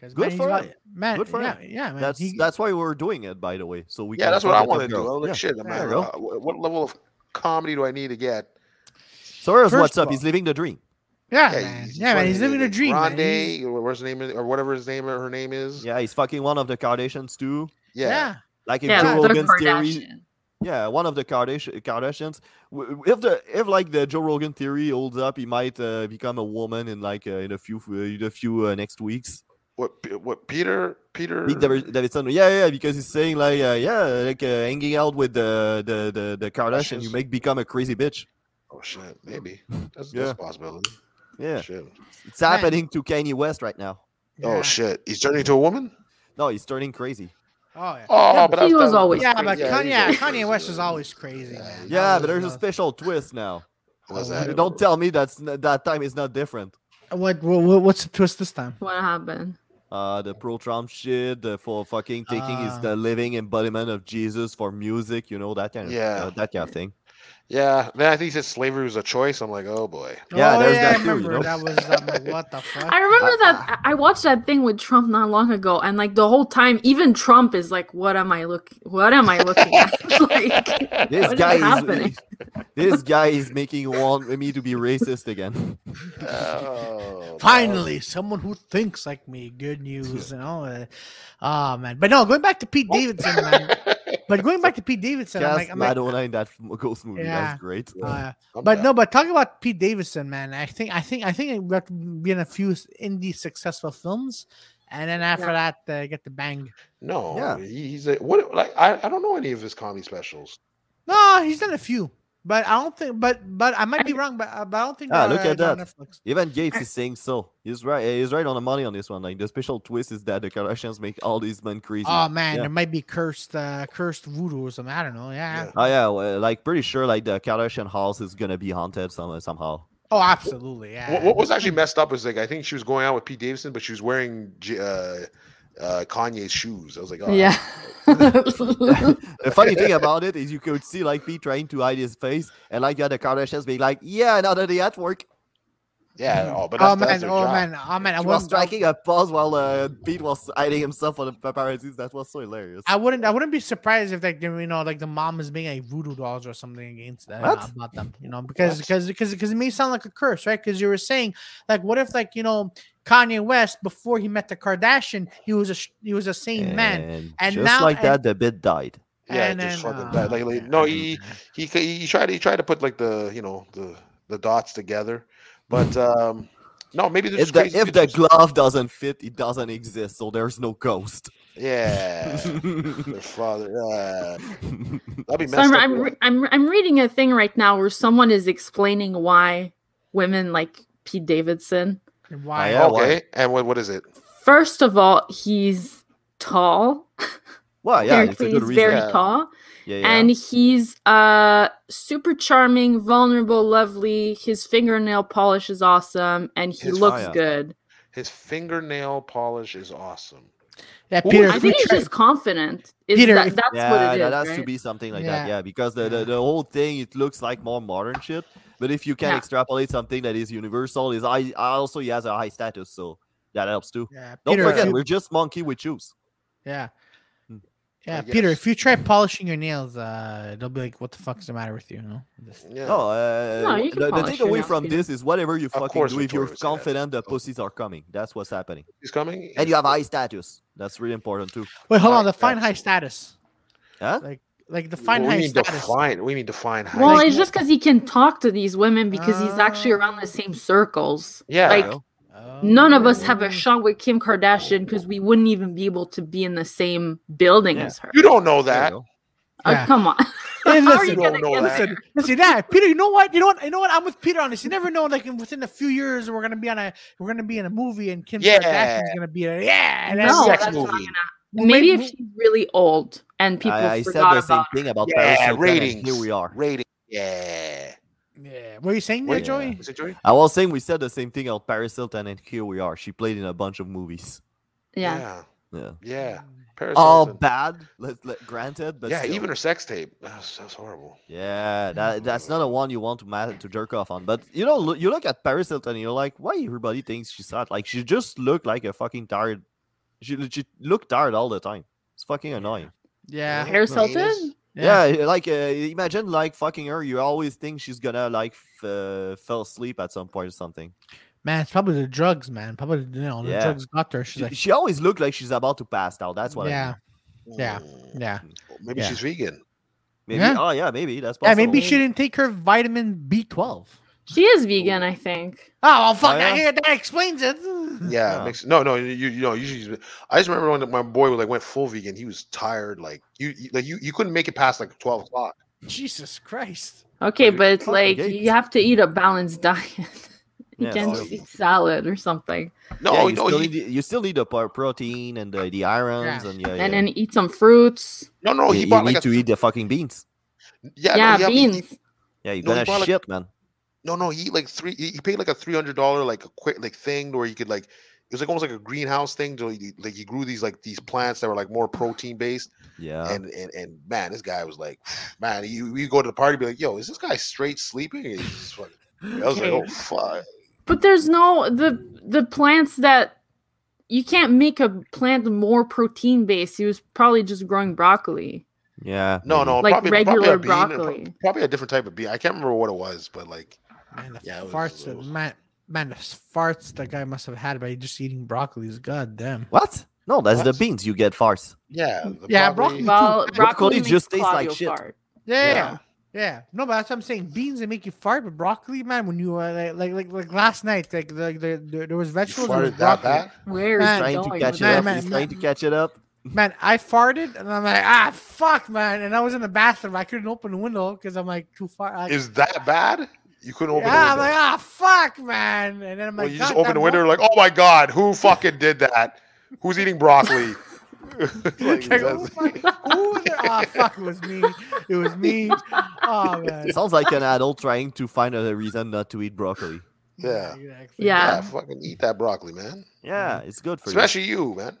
'Cause, Good man, for he's got- him. man. Good for yeah, him. yeah, man. that's he- that's why we're doing it, by the way. So we Yeah, can that's what I find the top want to do. I girls. was like, Yeah. shit, There man, you go. uh, what what level of comedy do I need to get? Soros, First what's of up? He's living the dream. yeah, man. he's Yeah, man. fucking- He's living a dream. man. Grande, He's- or what's her name is, or whatever his name or her name is. Yeah, he's fucking one of the Kardashians too. yeah. yeah. Like in yeah, Joe they're Rogan's theory. Kardashian. Yeah, one of the Kardash- Kardashians. W- w- If the if like the Joe Rogan theory holds up, he might uh, become a woman in like uh, in a few in a few uh, next weeks. What? P- What? Peter? Peter? Pete Davi- Davidson, yeah, yeah, because he's saying like, uh, yeah, like uh, hanging out with the the the, the Kardashian, you Kardashians. make become a crazy bitch. Oh shit, maybe that's, Yeah. that's a possibility. Yeah, Shit. it's Man. happening to Kanye West right now. yeah. Oh shit, he's turning into a woman. No, he's turning crazy. Oh yeah. Oh, Yeah, but he that's- was that's- always Yeah, that's but crazy. Kanye, he's yeah, always Kanye crazy, West is man. always crazy, Yeah, man. he's That Yeah, was but there's a nuts. special twist now. What's Yeah. that? You don't tell me that's n- that time is not different. What, what what's the twist this time? What happened? Uh, the pro Trump shit, the for fucking taking is Ah. the living embodiment of Jesus for music, you know that kind of Yeah. uh, that kind of thing. Yeah, then I think he said slavery was a choice. I'm like, oh boy. Yeah, oh, there's yeah, that I too, you remember know? that was I'm like, what the fuck? I remember that uh, I I watched that thing with Trump not long ago, and like the whole time, even Trump is like, "What am I look? What am I looking at?" like, This What is guy is happening? this guy is making want me to be racist again. Oh, man. Finally, someone who thinks like me. Good news, you know. Uh, oh man, but no, going back to Oh. Pete Davidson, man. But going back to Pete Davidson, I'm Cast like, I'm like Madonna in that f- ghost movie. Yeah. That's great. uh, I'm but down. no, but talking about Pete Davidson, man. I think, I think, I think we have to be in a few s- indie successful films, and then after that, uh, get the bang. no, Yeah. he- he's a, what? Like, I, I don't know any of his comedy specials. No, he's done a few, but I don't think. But but I might be wrong, but, uh, but I don't think. Ah, they're, look at they're on that. Netflix. Even Gates is saying so. He's right. eh, He's right on the money on this one. Like the special twist is that the Kardashians make all these men crazy. Oh man, Yeah. there might be cursed, uh, cursed voodoo or something. I don't know. Yeah. Yeah. oh yeah, well, like pretty sure like the Kardashian house is gonna be haunted some, somehow. Oh, absolutely. Yeah. What, what was actually messed up was like I think she was going out with Pete Davidson, but she was wearing j- uh, uh, Kanye's shoes. I was like, oh, yeah. The funny thing about it is you could see like Pete trying to hide his face and like the other Kardashians being like, yeah, now that they at work, yeah. Oh, but that's, Oh that's man, their oh job. man, oh man, I I wouldn't, was I, striking a pause while uh, Pete was hiding himself from the paparazzi. That was so hilarious. I wouldn't, I wouldn't be surprised if like you know, like the mom is being a voodoo dolls or something against them What? about them, you know, because What? because because because it may sound like a curse, right? Because you were saying like, what if like you know Kanye West before he met the Kardashian, he was a sh- he was a sane man, And just now- like and- that, the bit died. Yeah, and just then, fucking uh, died. Like, like, no, he, he c- he tried he tried to put like the you know the the dots together, but um no, maybe there's If the, crazy if the bitches. glove doesn't fit, it doesn't exist, so there's no ghost. yeah, their father. Uh, that'd be messed So I'm, up. I'm, re- I'm, I'm reading a thing right now where someone is explaining why women like Pete Davidson. And why? yeah, why? okay, and what what is it? First of all, he's tall. well, Oh, yeah, it's a Apparently good he's reason. very Yeah. tall. yeah, yeah. And he's uh super charming, vulnerable, lovely. His fingernail polish is awesome and he His looks fire. good. His fingernail polish is awesome. That Who- Peter, If I if think we he's try- just confident. Is Peter, that, if- that's yeah, what it that is. has to right? be something like that. Yeah. Yeah, because the, the, the whole thing it looks like more modern shit. But if you can Yeah. extrapolate something that is universal, is I I also he has a high status, so that helps too. yeah, Don't Peter, if forget, you- we're just monkey with shoes. Yeah. Hmm. Yeah, I Peter, guess. if you try polishing your nails, uh, they'll be like, what the fuck's the matter with you? you know? Just- Yeah. No, uh, No, you can the, the polish your takeaway nails, from Peter. this is whatever you fucking course do, if you're Victoria's Secret. confident the pussies are coming, that's what's happening. He's coming. And you have high status. That's really important too. Wait, hold on. High Define high status. Huh? Like, like define we high mean status. define. We mean define high. Well, status. it's just because he can talk to these women because he's actually around the same circles. yeah, like, Well, None of us have Oh. a shot with Kim Kardashian because we wouldn't even be able to be in the same building Yeah. as her. you don't know there you that. go. Oh, Yeah. come on. Hey, How are listen, you You gonna don't know get that. there? listen, listen, yeah, Peter. You know what? You know what? You know what? I'm with Peter on this. You never know. Like, in, within a few years, we're gonna be on a we're gonna be in a movie, and Kim Yeah. Kardashian's gonna be a, yeah. and No, sex that's not movie. gonna. Well, Maybe maybe- if she's really old and people I, I said forgot the same about. thing about Paris Yeah, Hilton, and ratings. Here we are. Rating. Yeah. yeah. What are you saying there, Wait, Joey? Is it Joey? I was saying we said the same thing about Paris Hilton, and here we are. She played in a bunch of movies. Yeah. Yeah. Yeah. Paris All Hilton. bad, let, let, granted, but yeah, still. even her sex tape. That's, that's horrible. yeah, that, that's not a one you want to ma- to jerk off on. But you know, lo- you look at Paris Hilton, and you're like, why everybody thinks she's hot? Like she just looked like a fucking tired. She she looked tired all the time. It's fucking annoying. Yeah. Paris Venus. Hilton? Yeah, like uh, imagine like fucking her. You always think she's gonna like f- uh, fell asleep at some point or something. Man, it's probably the drugs, man. Probably you know the Yeah. drugs got to her. She's She, like, she always looked like she's about to pass out. That's what. I mean. yeah, Yeah. Mm, yeah. Maybe Yeah. she's vegan. Maybe. Yeah. Oh yeah, maybe that's Yeah, possible. maybe she didn't take her vitamin B12. She is vegan, I think. Oh, well, fuck, Oh, I yeah? hear that explains it. Yeah, Yeah. it makes no, no. You, you know, usually I just remember when my boy like went full vegan. He was tired, like you, you- like you, you couldn't make it past like twelve o'clock. Jesus Christ. Okay, but it's fucking like gates. you have to eat a balanced diet. you Yeah, can't so- just eat salad or something. No, yeah, you, no, still he, need, the- you still need the pro- protein and the, the irons and yeah, And Oh, yeah. then eat some fruits. no, no. you, He you bought need like a to eat the fucking beans. yeah, yeah, no, yeah, but he- beans. Yeah, you're No, he gonna bought, like- shit, man. no, no. He like three. He he paid like a three hundred dollar like a quick like thing where you could like it was like almost like a greenhouse thing. So he, like he grew these like these plants that were like more protein based. Yeah, And, and and man, this guy was like, man, you we go to the party, be like, yo, is this guy straight sleeping? He's just fucking- I was like, Okay. oh fuck. But there's no the the plants that you can't make a plant more protein based. He was probably just growing broccoli, yeah. No, maybe. no, like probably, regular probably a bean and pro- broccoli. probably a different type of bean. I can't remember what it was, but like, Man, the Yeah, it was- farts, it that was- man, man, the farts that guy must have had by just eating broccoli is goddamn. What? No, that's the What? beans. You get farce. yeah, the Yeah, probably- broccoli- Well, broccoli just makes tastes like Claudio shit. fart. Yeah, yeah, Yeah. yeah. No, but that's what I'm saying. Beans that make you fart, but broccoli, man, when you uh, like, like, like, like last night, like, like the, the, there was you vegetables. there was farted that broccoli. bad. Where Man, is Trying to going catch with it man, up. man, this? He's trying to catch it up. Man, I farted and I'm like, ah, fuck, man. And I was in the bathroom. I couldn't open the window because I'm like too far. Like, Is that bad? You couldn't open yeah, I'm the window. like, ah, fuck, man. And then I'm well, like, you just "God open damn the window, broccoli." like, oh my god, who fucking did that? Who's eating broccoli? Like, Like, who, that's- fuck- who was there? Oh, fuck, it was me. It was me. Oh, man. Sounds like an adult trying to find a reason not to eat broccoli. Yeah. Exactly. Yeah. yeah, fucking eat that broccoli, man. Yeah, it's good for you. Especially you, man.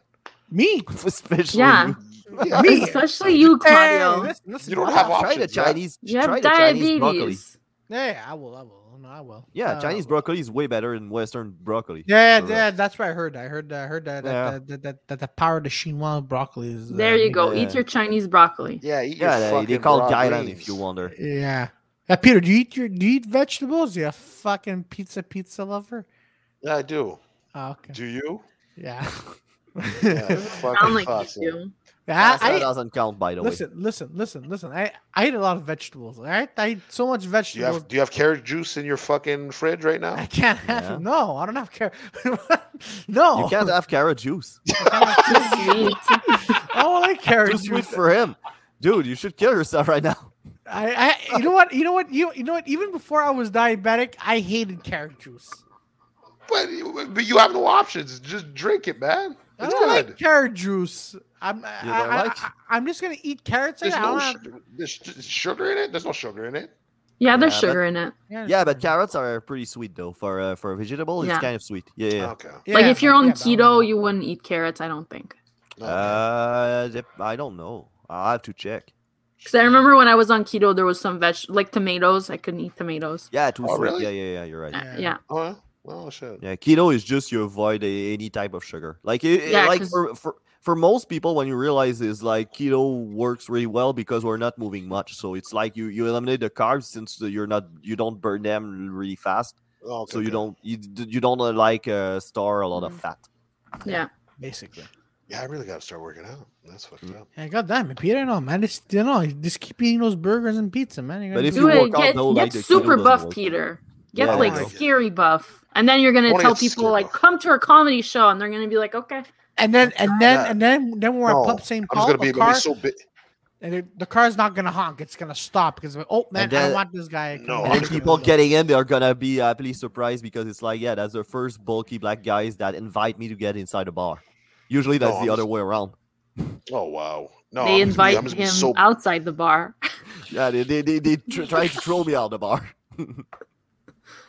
Me. Especially Yeah. you. Yeah. Me. Especially you, Hey, Claudio. listen, listen, You don't I- have Try the options, yeah. Chinese. you try have the Chinese broccoli. diabetes. Yeah, I will. I will. No, I will. Yeah, Uh, Chinese broccoli is way better than Western broccoli. Yeah, For real. yeah, that's what I heard. I heard. I heard that that, Yeah. that, that, that, that the power of the Chinois broccoli is. uh, There you go. Yeah. Eat your Chinese broccoli. Yeah, eat your Yeah, they, they fucking call raw Thailand if greens. you wonder. Yeah. Uh, Peter, do you eat your do you eat vegetables? You fucking pizza pizza lover. Yeah, I do. Oh, okay. Do you? Yeah. Yeah, fucking Sound like thoughts, yeah. you do. I, that I, doesn't count, by the way. listen, listen, listen, listen. I I eat a lot of vegetables. All right, I eat so much Do you vegetables. have Do you have carrot juice in your fucking fridge right now? I can't have Yeah. them. No, I don't have care. no, You can't have carrot juice. Too sweet. I don't like carrot Too sweet juice. for him. Dude, you should kill yourself right now. I, I, you know what? You know what? You, you know what? Even before I was diabetic, I hated carrot juice. But, you- but you have no options. Just drink it, man. I It's don't good. like carrot juice. I'm, I, You don't I, like- I, am just gonna eat carrots. and There's I no don't have- su- there's sh- sugar in it. There's no sugar in it. Yeah, there's Yeah, sugar in it. Yeah, but carrots are pretty sweet though. For uh, for a vegetable, it's Yeah. kind of sweet. Yeah, yeah. Oh, Okay. like Yeah, if you're on yeah, but I don't know. keto, you wouldn't eat carrots, I don't think. okay. Uh, dep- I don't know. I have to check. Because I remember when I was on keto, there was some veg like tomatoes. I couldn't eat tomatoes. Yeah, too Oh, sweet. really? Yeah, yeah, yeah. You're right. Uh, Yeah. Yeah. oh, yeah? well, shit. Yeah, keto is just you avoid a, any type of sugar. Like it, it- Yeah, like 'cause- for, for for most people, when you realize is like keto works really well because we're not moving much. So it's like you you eliminate the carbs since you're not you don't burn them really fast. Oh, okay, so you okay. don't you, d- you don't uh, like uh, store a lot of Mhm. fat. Yeah. basically. Yeah, I really gotta start working out. That's fucked Mm. up. Yeah, God damn it, Peter! No, man, just you know, just keep eating those burgers and pizza, man. You're But gonna if be- Do you it. work out, Get, though, get like, the keto super doesn't buff, work. Peter. Get Yeah, like like- scary buff. And then you're gonna Wanna tell get scary people like buff. come to our comedy show and they're gonna be like, Okay. and then and then Yeah. and then then we're No, at Pub I'm St. just Paul. gonna be, The I'm gonna car, be so big. and it- the car's not gonna honk. It's gonna stop because of- oh man, I then- don't want this guy. No, coming I'm And back. just people getting in, they're gonna be happily surprised because it's like, yeah, that's the first bulky black guys that invite me to get inside a bar. Usually, that's No, the I'm other just- way around. Oh wow. No, they I'm just gonna be- invite I'm just gonna him be so outside the bar. Yeah, they they, they, they tr- try to throw me out of the bar.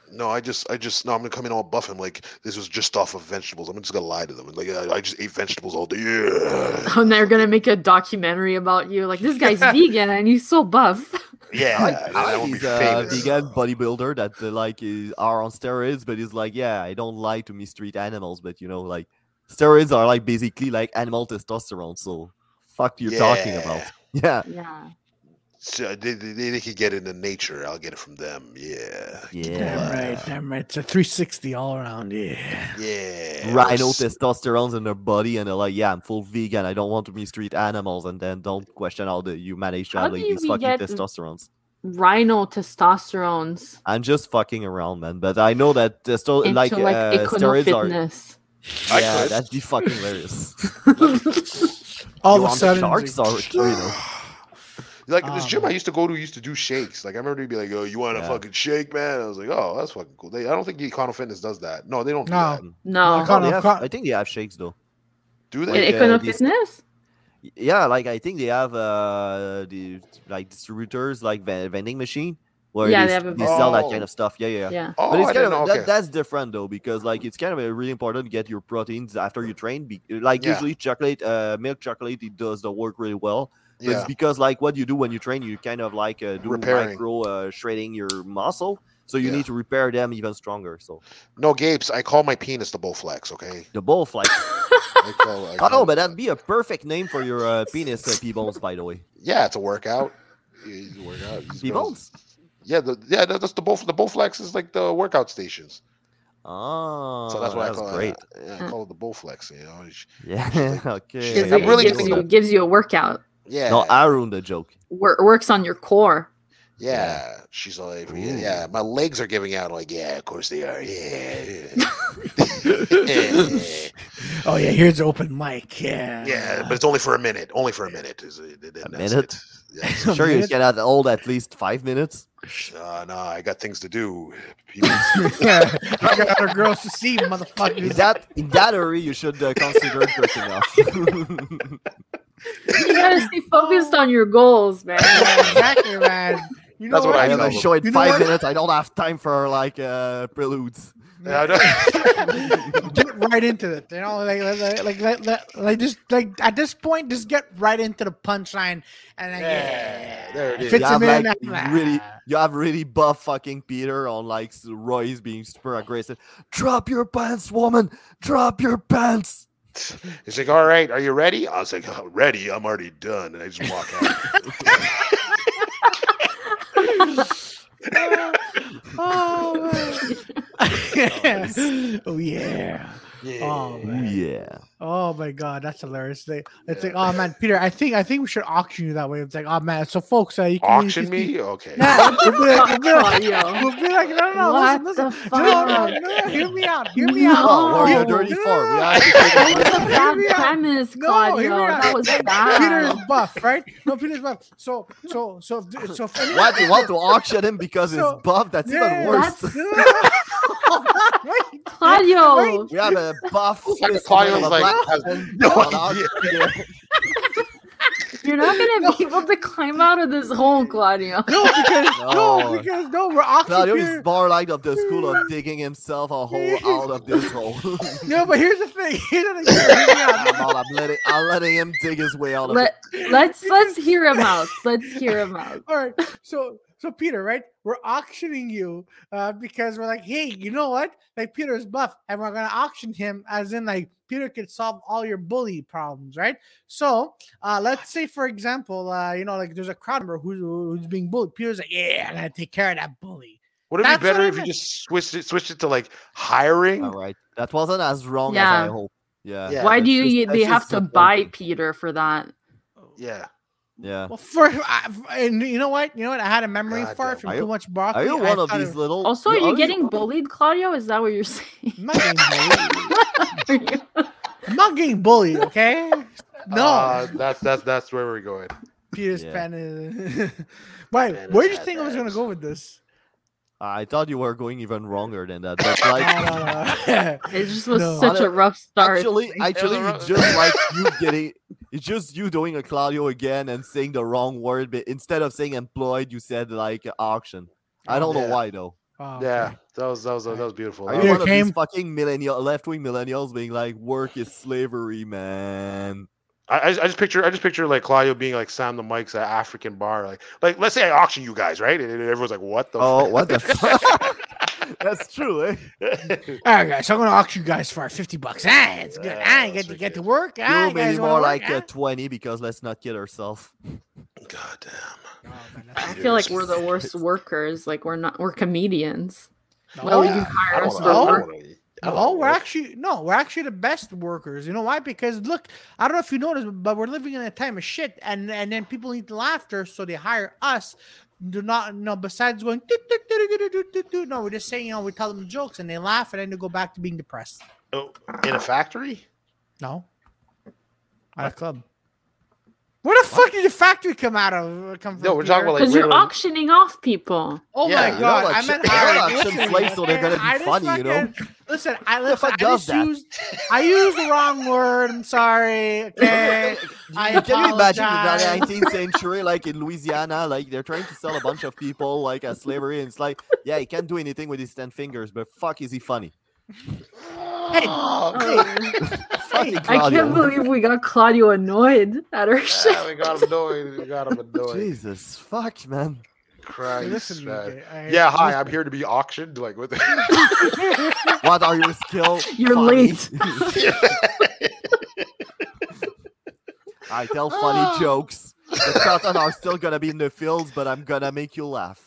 No, I just, I just, no, I'm gonna come in all buff. I'm like, this was just off of vegetables. I'm just gonna lie to them. Like, I, I just ate vegetables all day. Yeah, and they're gonna make a documentary about you. Like this guy's vegan and he's so buff. yeah. I, and I I like won't be these uh, famous. vegan bodybuilder that uh, like is, are on steroids, but is like, yeah, I don't lie to me street animals, but you know, like steroids are like basically like animal testosterone. So fuck you talking about? Yeah, Yeah. So they, they, they, they could get into nature. I'll get it from them. Yeah, Damn yeah. right, damn right. It's a 360 all around. Yeah. yeah. Rhino Let's- testosterone's in their body, and they're like, "Yeah, I'm full vegan. I don't want to mistreat animals." And then don't question how the you manage to How have do like, you these fucking get- testosterones. Rhino testosterones I'm just fucking around, man. But I know that testo- into like like, uh, econo steroids are fitness. I yeah, could. that'd be fucking hilarious. All You of a want sudden, sharks or you know, Like this Oh, gym I man. used to go to used to do shakes. Like I remember they'd be like, "Oh, you want Yeah. a fucking shake, man?" I was like, "Oh, that's fucking cool." They, I don't think Econo Fitness does that. No, they don't. No. do, that. Oh, no. God, they I've have- got- I think they have shakes though. do In they? Like, uh, econo this- fitness? Y- Yeah, like I think they have uh the like distributors like ve- vending machine where Yeah, they, they s- have a they sell that vending- kind of stuff. Yeah, yeah. yeah. Yeah. oh, but it's I kind didn't of know. that, Okay. that's different though because like it's kind of a really important to get your proteins after you train. Be, like Yeah. usually chocolate, uh, milk chocolate, it does the work really well. But yeah. It's because like what you do when you train, you kind of like uh, do Repairing. micro uh, shredding your muscle, so you Yeah. need to repair them even stronger. So No, Gapes. I call my penis the Bowflex. Okay. the ball flex. I call, I oh call- no, but that'd be a perfect name for your uh, penis, uh, P bones. By the way, yeah, it's a workout. You- you work out. You P spend- bones. Yeah, the, yeah. that- That's the bow. The Bowflex is like the workout stations. Oh, So that's why I call great. it. Yeah, I Mm. call it the Bowflex. You know. Yeah. okay. She's like, I'm really gives, getting you, gives you a workout. Yeah. No, I ruined the joke. Wor- works on your core. Yeah. She's like, yeah, Ooh. yeah, my legs are giving out. Like, yeah, of course they are. Yeah. yeah. Oh yeah, here's open mic. Yeah. Yeah, but it's only for a minute. Only for a minute. Is it, and A that's minute? it. Yeah. A Sure, you minute? can add all at least five minutes. Uh, no, I got things to do. people. yeah. I got other girls to see, motherfuckers. In that in that area, you should uh, consider jerking off. You gotta stay focused on your goals, man. Yeah, exactly, man. You know That's what I know. have a show in You know five what? minutes. I don't have time for like uh, preludes. No, Yeah, I know. get right into it. You know, like like like, like, like, like just like at this point, just get right into the punchline and then, yeah, Yeah, there it is. fits You have, him in. like, ah. really- You have really buff fucking Peter on like s- Roy's being super aggressive. Drop your pants, woman. Drop your pants. He's like, all right, are you ready? I was like, "Oh, ready? I'm already done. And I just walk out. "Ah, oh, man. oh yeah. yeah. Oh Ooh, man. yeah. Oh my god, that's hilarious. They, it's Yeah. like, oh man, Peter, I think I think we should auction you that way. It's like, oh man, so folks, uh, you can use Auction these- me? Okay. Nah, we'll be like, we'll be Fuck, like, yo. we'll be like, no, no, no, What listen, listen. the No, no, fuck? no, no, hear me out. Hear me No. out. Oh, Oh, Wario Hear- Dirty no, no, Four. no, We no. have to That take was a it back. bad Hear me out. premise, No, Claudio. hear me out. That was Peter bad. is buff, right? No, Peter's buff. So, so, so, if- so. If anyone- What you want to auction him because it's So- buff? That's even Yeah, worse. that's- Wait, Claudio. We have a buff. like Swiss Claudio's vanilla like, black has woman no on our- idea. "Oh, Yeah. You're not gonna be able to climb out of this hole, Claudio. no, because no, No. because no, we're auctioning. Claudio Peter. is more like of the school of digging himself a hole out of this hole. No, but here's the thing. Here's the thing. Hear me out. I'm, all, I'm, letting, I'm letting him dig his way out of Let let's let's hear him out. Let's hear him out. All right. So so Peter, right? We're auctioning you uh, because we're like, hey, you know what? Like Peter is buff, and we're gonna auction him as in like Peter could solve all your bully problems, right? So uh, let's say, for example, uh, you know, like there's a crowd member who's who's being bullied. Peter's like, yeah, I'm gonna take care of that bully. Would it be That's what better I if you meant. just switched it, switched it to like it. hiring? All right. That wasn't as wrong Yeah. as I hoped. Yeah. Yeah. Why that's do you just- they that's have just to disappointing. buy Peter for that? Yeah. Yeah. Well, for I, and you know what? You know what? I had a memory God for damn. it from Are too you- much broccoli. Are you I one of thought it these little? Also, you- are are you getting one- bullied, Claudio? Is that what you're saying? I'm not getting bullied. Are you- I'm not getting bullied, okay? No. Uh, that's that's that's where we're going. Peter's Yeah. pen is. Why? Pen Where is did you bad think I was gonna times. go with this? I thought you were going even wronger than that. But No, like, no, no. it just was No. such a rough start. actually, actually, There's it's a just ro- like you getting. It's just you doing a Claudio again and saying the wrong word. But instead of saying employed, you said like auction. I don't Yeah. know why though. Oh, Yeah. okay. That was that was that was beautiful. Are That you Here one of came- these fucking millennial left-wing millennials being like, "Work is slavery, man"? I, I just- I just picture I just picture like Claudio being like Sam the Mike's uh, African bar like like let's say I auction you guys right and everyone's like what the Oh, fuck? what the fuck? That's true, eh? All right, guys. So I'm gonna auction you guys for fifty bucks. Ah, it's good. Yeah, I that's get to pretty get to good. work. Ah, You'll you guys be wanna more work? like a Ah. twenty because let's not kid ourselves. God damn. Oh, man, I that's- feel like we're the worst workers. Like we're not. We're comedians. Well, you No, can hire I us don't for know. work. want to. No, Oh, we're actually no, we're actually the best workers. You know why? Because look, I don't know if you noticed, but we're living in a time of shit, and and then people need laughter, so they hire us. Do not no. Besides going, "Toot, toot, toot, toot, toot, toot, toot," no, we're just saying, you know, we tell them jokes, and they laugh, and then they go back to being depressed. in a factory. No, at a club. Where the fuck did the factory come out of? Come from? No, we're talking Peter? about, like, Because you're literally- auctioning off people. Oh Yeah, you know, my god, like, I shit, meant they're hired. not Listen, some place, so they're gonna be I just funny, you know? fucking- Listen, I the listen, fuck I does just that? used I used the wrong word. I'm sorry. Okay. I Can you imagine apologize. in the 19th century, like in Louisiana, like they're trying to sell a bunch of people like as slavery, and it's like, yeah, he can't do anything with his ten fingers, but fuck, is he funny? Oh, Oh, Fucking I Claudio. can't believe we got Claudio annoyed at our shit. yeah, we got him annoyed. We got him annoyed. Jesus, fuck, man. Christ. Listen, man. okay, I- Yeah, hi. I'm here to be auctioned. Like, what? The- What are your skills? You're Funny. late. I tell funny jokes. The cotton are still gonna be in the fields, but I'm gonna make you laugh.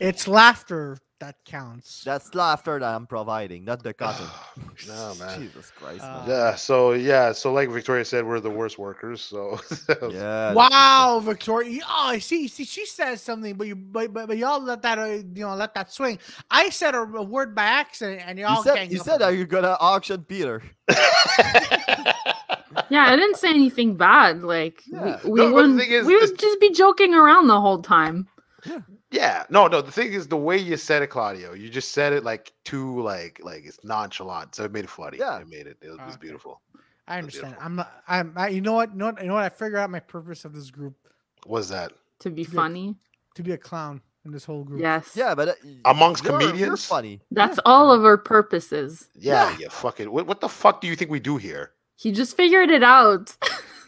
It's laughter that counts. That's laughter that I'm providing, not the cotton. no, man. Jesus Christ, Uh, man. Yeah. So yeah. So like Victoria said, we're the worst workers. So yeah. Wow, Victoria! Oh, I see, see, she says something, but you, but, but, but y'all let that, uh, you know, let that swing. I said a, a word by accident, and y'all You said, gang you up said on are me. you gonna auction Peter? Yeah, I didn't say anything bad. Like Yeah. we, we No, but the wouldn't. thing is- we would is- just be joking around the whole time. yeah. No, no. The thing is, the way you said it, Claudio, you just said it like too, like, like it's nonchalant. So it made it funny. Yeah. It made it. It was, Ah, it was okay. beautiful. I understand. beautiful. I'm not. I'm. I, you know what? You know what? You know what? I figured out my purpose of this group What was that? To be Yeah. funny. to be a clown. in this whole group. Yes. Yeah, but uh, Amongst you're- you're comedians? funny. That's all of our purposes. Yeah, yeah, fuck it. What, what the fuck do you think we do here? He just figured it out.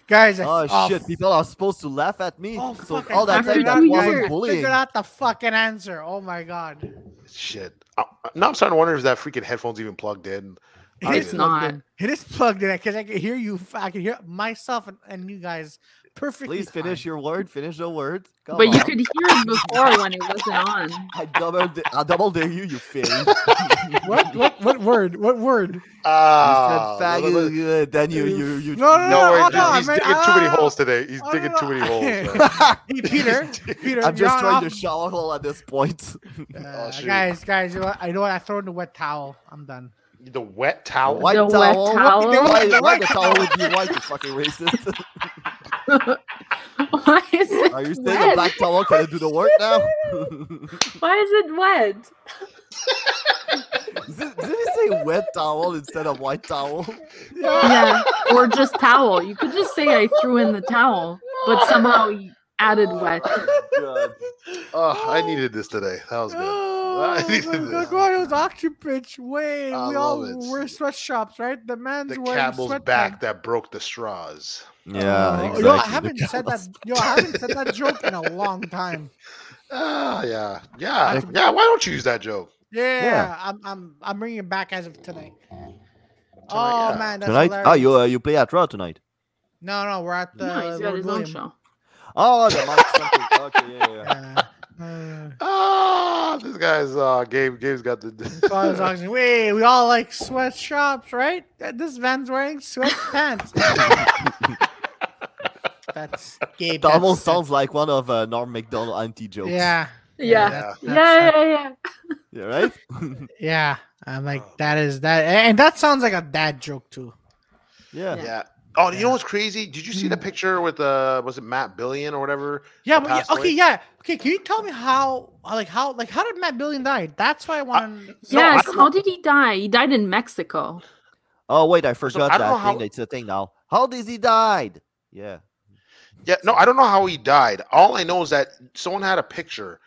Guys, I- Oh, shit! People are supposed to laff at me. Oh, so fuck, I all that After time that two wasn't years. bullying. Figure out the fucking answer. Oh my god. Shit. Uh, uh, now I'm starting to wonder if that freaking headphone's even plugged in. I It is did. plugged Not. in. It is plugged in because I can hear you. f- I can hear myself and, and you guys perfectly. Please finish fine. your word. Finish the word. Oh Come but you on. could hear it before when it wasn't on. I double, da- I double dare you, you fairy. What, what what word? What word? Ah, you said look, look, faggot, look. uh, then you, you, you. No, no, no, Oh, wait, no, he's man, digging too many ah, holes today. He's oh, digging no, too many no. holes. man. I'm Hey, Peter. Peter, you're just on trying to off- shower hole at this point. Uh, Oh, shoot. guys, guys, you know what? I know what? I throw in the wet towel. I'm done. the wet towel. White The towel. wet Why- towel. Why, why the towel would be white? You fucking racist. Why is it Are you saying wet? a black towel can do the work now? Why is it wet? did, did he say wet towel instead of white Oh, towel? Yeah. Or just towel. You could just say I threw in the towel, but somehow you added wet. Uh, God. Oh, I needed this today. That was good. Oh, I needed the this. Gordo's auction pitch. Wait, I we all love it. wear sweatshops, right? The man's The wearing camel's sweatpants. back that broke the straws. Yeah, Oh, exactly. Yo, I the haven't said cows. that. Yo, I haven't said that joke in a long time. Ah, yeah, yeah, That's- yeah. Why don't you use that joke? Yeah, Yeah. I'm, I'm, I'm bringing it back as of tonight. Tonight, oh yeah. man, that's Tonight? hilarious. Oh, you uh, you play at Raw tonight? No, no, we're at the. no, he's got Lord his own William. show. Oh, the mic something. Okay, yeah, yeah, yeah. Yeah. Uh, Ah, this guy's uh, Gabe. Gabe's got the. Gordo's auction. Wait, we all like sweatshops, right? Uh, This man's wearing sweatpants. that's Gabe. It almost that's- sounds like one of uh, Norm Macdonald anti jokes. Yeah. Yeah. that's- Yeah, that's- yeah, yeah. Yeah, right? Yeah, I'm like that is that, and that sounds like a dad joke too. Yeah. Yeah. Hmm. Oh, you Yeah. know what's crazy? Did you see the picture with uh was it Matt Billion or whatever? Yeah, That but yeah, passed okay, away? yeah, okay. Can you tell me how, like how, like how did Matt Billion die? That's why I Uh, want. to No, I yes. don't How know. did he die? He died in Mexico. Oh wait, I forgot I don't that know thing. how- It's a thing now. How does he died? Yeah. Yeah, no, I don't know how he died. All I know is that someone had a picture,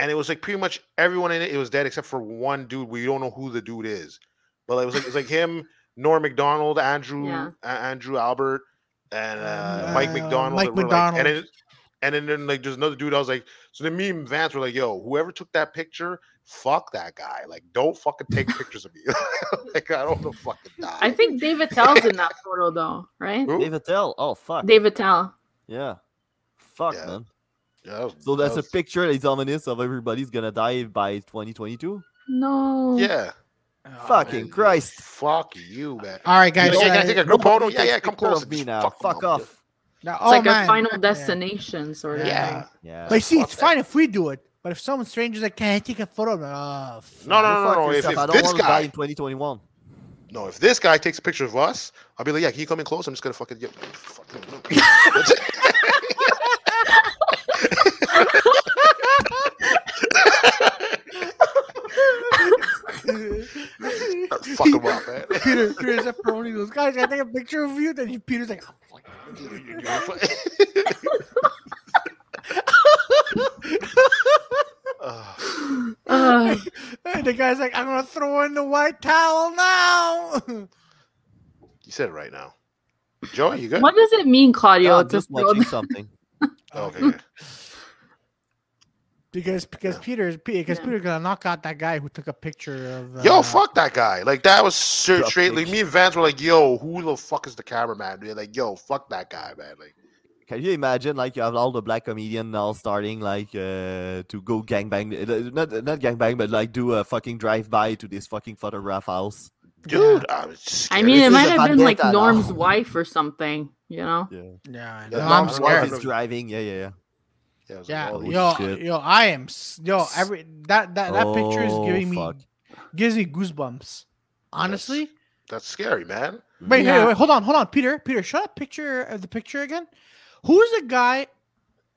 and it was like pretty much everyone in it, it was dead except for one dude. We don't know who the dude is, but like, it was like it's like him, Norm Macdonald, Andrew, Yeah. A- Andrew Albert, and Um, uh, Mike uh, McDonald. Mike that were, like- and then, McDonald. and then, then like there's another dude. I was like, so then me and Vance were like, yo, whoever took that picture, fuck that guy. Like, don't fucking take pictures of me. like, I don't want to fucking die. I think David Tell's in that photo though, right? Who? David Tell. Oh fuck. David Tell. yeah. Fuck Yeah. man. Yeah, that was- So that that's a was- picture that is ominous of everybody's gonna die by 2022. No. Yeah. Oh, Fucking man. Christ. Fuck you, man. All right, guys. Yeah, yeah, uh, yeah, take a group photo. Nobody Yeah, takes yeah, come picture close of me now. Fuck off. now- It's oh, like man. a final Yeah. destination sort of Yeah. thing. Yeah. Yeah. But see, Fuck it's that. fine if we do it. But if some stranger's like, "Can I take a photo?" I'm like, oh, fuck. No, no, Go no, no. fuck no. If, yourself. if I don't this want to die guy, in 2021. no, if this guy takes a picture of us, I'll be like, yeah, can you come in close? I'm just gonna fucking get. Fucking... That's fucking well, man. Peter, Peter's a pony. Those guys, can I take a picture of you? Then he- Peter's like, oh, fuck. Ugh. Ugh. And the guy's like, I'm gonna throw in the white towel now. you said it right now. Joey, you good? what does it mean, Claudio? I'm to just throw watching something. Oh, Okay. Because because Peter's because Yeah. Peter's gonna knock out that guy who took a picture of uh, Yo, Uh-huh. fuck that guy. Like that was straight, Drop straight like kick. me and Vance were like, yo, who the fuck is the cameraman? They're like, yo, fuck that guy, man. Like Can you imagine, like, you have all the black comedian now starting, like, uh, to go gangbang, uh, not not gangbang, but like do a fucking drive by to this fucking photograph house. dude, I was I scared. mean, This it is might a have been like vendetta now. Norm's wife or something, you know? Yeah, Yeah, no, no, I'm I'm scared. wife is driving. Yeah, yeah, yeah. Yeah, it was like, Yeah, holy yo, shit. yo, I am, s- yo, every that that that picture is Oh, giving me fuck. gives me goosebumps. Honestly, That's scary, man. wait, Yeah. wait, wait, hold on, hold on, Peter, Peter, show that picture of the picture again. Who's the guy?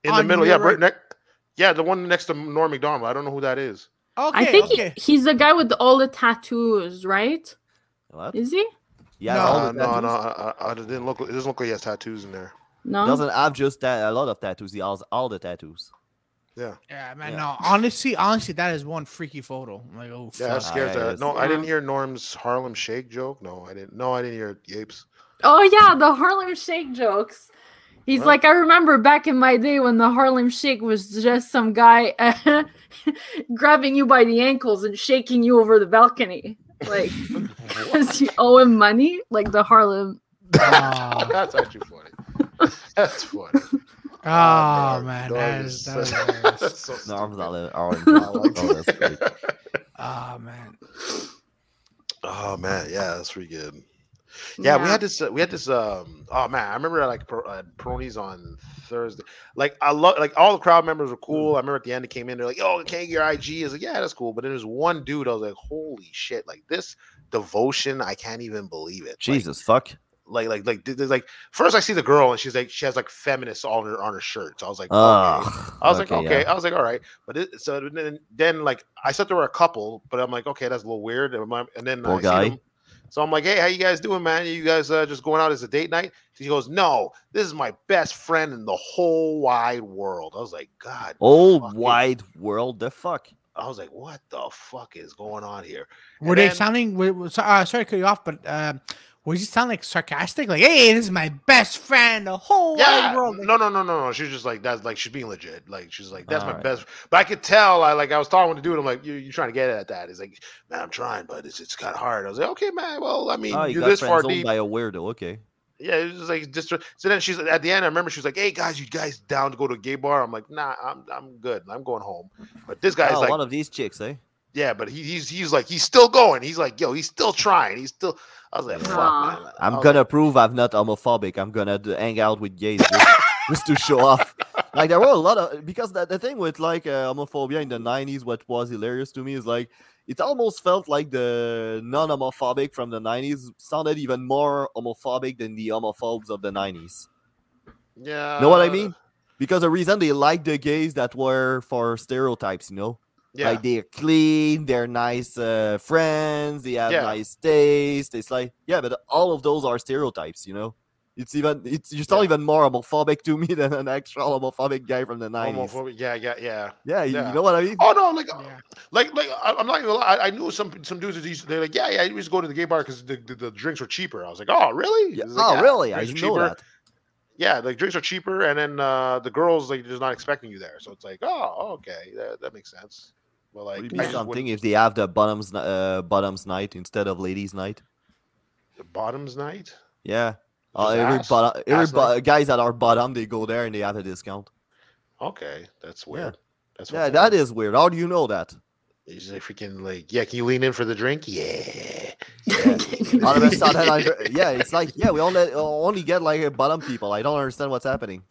In On Oh, the middle, your yeah, right- right next. Yeah, the one next to Norm Macdonald. I don't know who that is. Okay, I think okay. he, he's the guy with all the tattoos, right? What? Is he? Yeah, No. Oh, all Uh, the no, no, tattoos. I, I, I didn't look. It doesn't look like he has tattoos in there. No. Doesn't have just that, a lot of tattoos. He has all the tattoos. Yeah, man. Yeah. No, honestly, honestly, that is one freaky photo. I'm like, oh, Yeah, I fuck. was scared. Ah, To, yes. no, I didn't Mm. hear Norm's Harlem Shake joke. No, I didn't. No, I didn't hear Yapes. Oh yeah, the Harlem Shake jokes. He's Huh? like, I remember back in my day when the Harlem Shake was just some guy uh, grabbing you by the ankles and shaking you over the balcony, like because you owe him money, like the Harlem. Ah. That's actually funny. That's funny. Oh, man, Norm that is, that that's is hilarious. so No, I'm stupid. not in- all in- I like oh, that's that. great. Oh man, Oh man, yeah, that's pretty good. Yeah, we had this. Uh, we had this. Um. Oh man, I remember I, like pro, uh, Pronies on Thursday. Like I love. Like all the crowd members were cool. Mm. I remember at the end they came in. They're like, "Yo, can I get your IG?" I was like, "Yeah, that's cool." But then there's one dude. I was like, "Holy shit!" Like this devotion, I can't even believe it. Like, Jesus, fuck. like like like th- there's like first I see the girl and she's like she has like feminists all on her on her shirt. So I was like, okay. Ugh. I was like, yeah. okay, uh, I was like, all right. But it, so then then like I said there were a couple, but I'm like, okay, that's a little weird. And, my, and then Poor I see guy. them- so I'm like, hey, how you guys doing, man? you guys uh, just going out as a date night? He goes, no, this is my best friend in the whole wide world. I was like, God, Old fucking- wide world, the fuck. I was like, what the fuck is going on here? were And they then- sounding? were- were- so- Uh, sorry to cut you off, but uh, was you sound like sarcastic? Like, hey, this is my best friend, the whole Yeah, wide world. Like, no, no, no, no, no. She was just like that's like she's being legit. Like she's like that's my Alright. best. But I could tell. I like I was talking to the dude. I'm like, you you trying to get at that? He's like, man, I'm trying, but it's it's kind of hard. I was like, okay, man. Well, I mean, Oh, you you're got this far friends owned deep. by a weirdo. Okay. Yeah, it was just like just. So then she's at the end. I remember she was like, hey guys, you guys down to go to a gay bar? I'm like, nah, I'm I'm good. I'm going home. But this guy's Oh, like, one of these chicks, eh? yeah, but he, he's he's like he's still going. He's like, yo, he's still trying. He's still. I was like, fuck, Aw. man. I I'm was gonna prove I'm not homophobic. I'm gonna d- hang out with gays just, just to show off. Like there were a lot of because the, the thing with like uh, homophobia in the '90s, what was hilarious to me is like it almost felt like the non-homophobic from the '90s sounded even more homophobic than the homophobes of the '90s. like, yeah, You know what I mean? Because the reason they liked the gays that were for stereotypes, you know, Yeah, like they're clean, they're nice uh, friends, they have Yeah. nice taste. It's like, yeah, but all of those are stereotypes, you know. It's even it's you sound Yeah. even more homophobic to me than an actual homophobic guy from the nineties. homophobic. Yeah, yeah, yeah. Yeah, you- Yeah. you know what I mean? Oh no, like yeah. Like, like I- I'm not even. gonna lie, I, I knew some some dudes. that used- They're like, yeah, yeah, you just go to the gay bar because the, the, the drinks were cheaper. I was like, oh, really? Yeah. He's like, Oh, "Yeah, really? I drinks are didn't know cheaper." that. Yeah, like drinks are cheaper, and then uh, the girls like just not expecting you there. So it's like, oh, okay, that, that makes sense. But like, Would I it be just something wouldn't- if they have the bottoms n- uh, bottoms night instead of ladies night. the bottoms night. Yeah. Uh, Just every ass- bottom, every ass night? bo- guys that are bottom, they go there and they have a discount. Okay, that's weird. That's Yeah, that is weird. How do you know that? He's like freaking like, yeah. Can you lean in for the drink? Yeah. All of a sudden, I, yeah, it's like yeah, we only only get like a bottom people. I don't understand what's happening.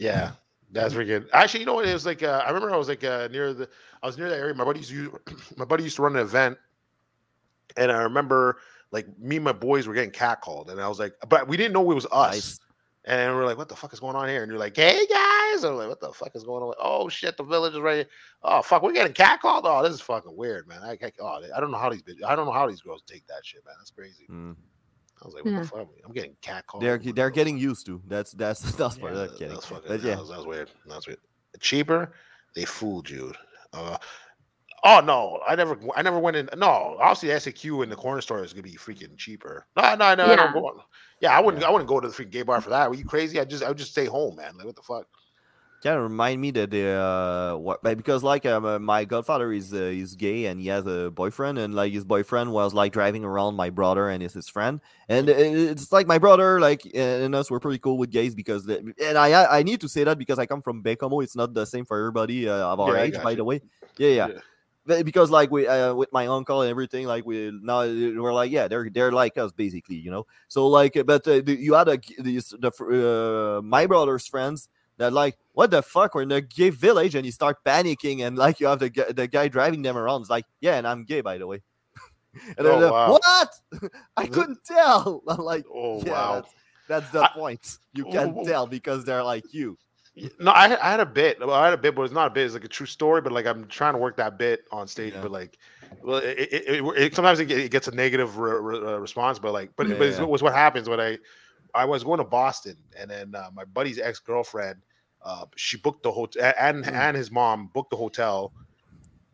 Yeah, Mm-hmm. that's pretty good. Actually, you know what? It was like uh, I remember I was like uh, near the I was near that area. My buddy used to, my buddy used to run an event, and I remember like me and my boys were getting catcalled, and I was like, but we didn't know it was us. Nice. And we're like, what the fuck is going on here? And you're like, hey guys. I'm like, what the fuck is going on? Oh shit, the village is right here. Oh fuck, we're getting catcalled. Oh, this is fucking weird, man. I, I, oh, I don't know how these bitch- I don't know how these girls take that shit, man. That's crazy. Mm. I was like, what Yeah. the fuck? I'm getting catcalled. They're What the they're fuck? getting used to. That's that's that's Yeah, part. Yeah, That's kidding. That's fucking, But that, yeah, was, that was weird. That was weird. Cheaper, they fooled you. Uh, oh no, I never, I never went in. No, obviously SAQ in the corner store is gonna be freaking cheaper. No, no, no, I Yeah. don't go. Yeah, I wouldn't, I wouldn't go to the freaking gay bar for that. Were you crazy? I just, I would just stay home, man. Like what the fuck? kind of remind me that they uh what like, because like um, uh, my godfather is uh, is gay and he has a boyfriend and like his boyfriend was like driving around my brother and is his friend and i- i- it's like my brother like and us we're pretty cool with gays because the, and I- I I need to say that because I come from Becomo it's not the same for everybody uh, of our Yeah, I age got by you. the way yeah yeah. Yeah. But Because like we uh, with my uncle and everything, like we now we're like yeah they're they're like us basically you know so like uh, but uh, the- you had a g- these the fr- uh, my brother's friends that like what the fuck we're in a gay village and you start panicking and like you have the, gu- the guy driving them around it's like yeah and i'm gay by the way and Oh, they're like, wow. what i couldn't tell i'm like Oh yeah wow. that's, that's the I- point you Oh, can't oh, oh. tell because they're like you Y- No, I, had- I had a bit. Well, I had a bit, but it's not a bit. It's like a true story. But like, I'm trying to work that bit on stage. Yeah. But like, well, it, it, it, it- sometimes it, ge- it gets a negative re- re- uh, response. But like, but, Yeah, but it's yeah. was what happens when I I was going to Boston, and then uh, my buddy's ex girlfriend Uh, she booked the hotel, and Hmm. and his mom booked the hotel,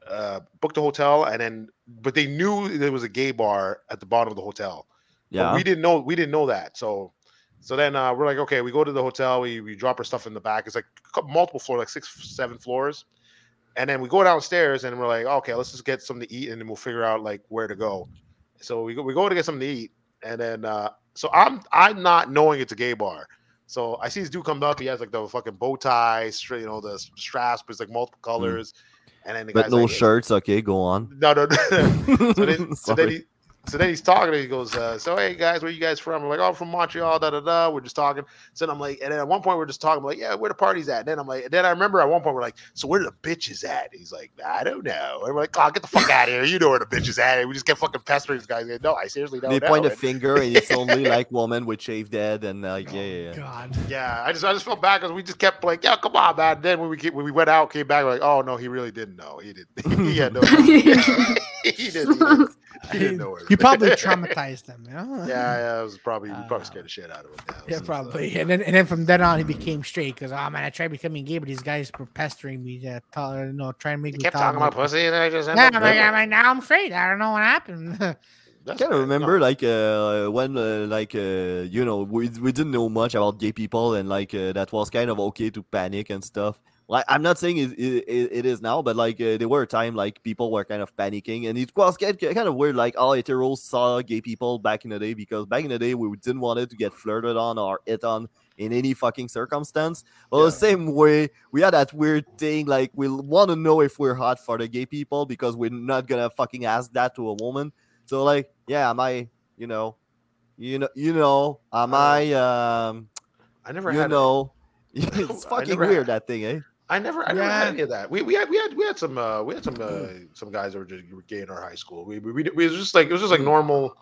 uh, booked the hotel, and then but they knew there was a gay bar at the bottom of the hotel. But Yeah. we didn't know we didn't know that. So so then uh, we're like, okay, we go to the hotel, we we drop our stuff in the back. It's like a couple- multiple floors, like six, seven floors. And then we go downstairs and we're like, okay, let's just get something to eat and then we'll figure out like where to go. So we go we go to get something to eat. And then uh so I'm I'm not knowing it's a gay bar. So I see this dude come up, he has like the fucking bow tie, stra- you know, the straps, but it's like multiple colors. And then the Mm. But guy's no like, shirts. Okay, go on. No, no, no. So then, so then Sorry. he, so then he's talking. And he goes, uh, "So hey guys, where you guys from?" I'm like, "Oh, from Montreal." Da da da. We're just talking. So then I'm like, and then at one point we're just talking. I'm like, "Yeah, where the party's at?" And then I'm like, and then I remember at one point we're like, "So where the bitches at?" And he's like, "I don't know." And we're like, "Oh, get the fuck out of here! You know where the bitches at?" And we just get fucking pestering this guy. He's like, no, I seriously don't they know. point a And- finger and it's only like woman with shaved head and like yeah, yeah, yeah. God. yeah, I just I just felt bad because we just kept like, "Yeah, come on, man." Then when we get, when we went out, came back, we're like, "Oh no, he really didn't know. He didn't. he had no. he didn't. He didn't, he didn't know." You probably traumatized them. You know? Yeah, yeah, it was probably we Uh, probably scared the shit out of him. Yeah, it Yeah, was- probably. And then and then from then on, he became straight because oh man, I tried becoming gay, but these guys were pestering me to tell, you know, trying to make He me kept tell talking them, about pussy, and I just like, Yeah, ended I'm up- like, I'm like, now I'm straight. I don't know what happened. That's kind of right. remember No. like uh, when uh, like uh, you know we, we didn't know much about gay people and like uh, that was kind of okay to panic and stuff like i'm not saying it, it, it it is now but like uh, there were a time like people were kind of panicking and it was kind, kind of weird like all heteros saw gay people back in the day because back in the day we didn't want it to get flirted on or hit on in any fucking circumstance well the same way we had that weird thing like we want to know if we're hot for the gay people because we're not gonna fucking ask that to a woman so like, yeah, am I, you know, you know, you know, am Uh, I, um, I never you had. know, I it's fucking never had- weird that thing, eh? I never. I never had Yeah. any of that. We, we had we had we had some uh, we had some uh, Hmm. some guys that were just were gay in our high school. We we, we, we it was just like it was just Hmm. like normal.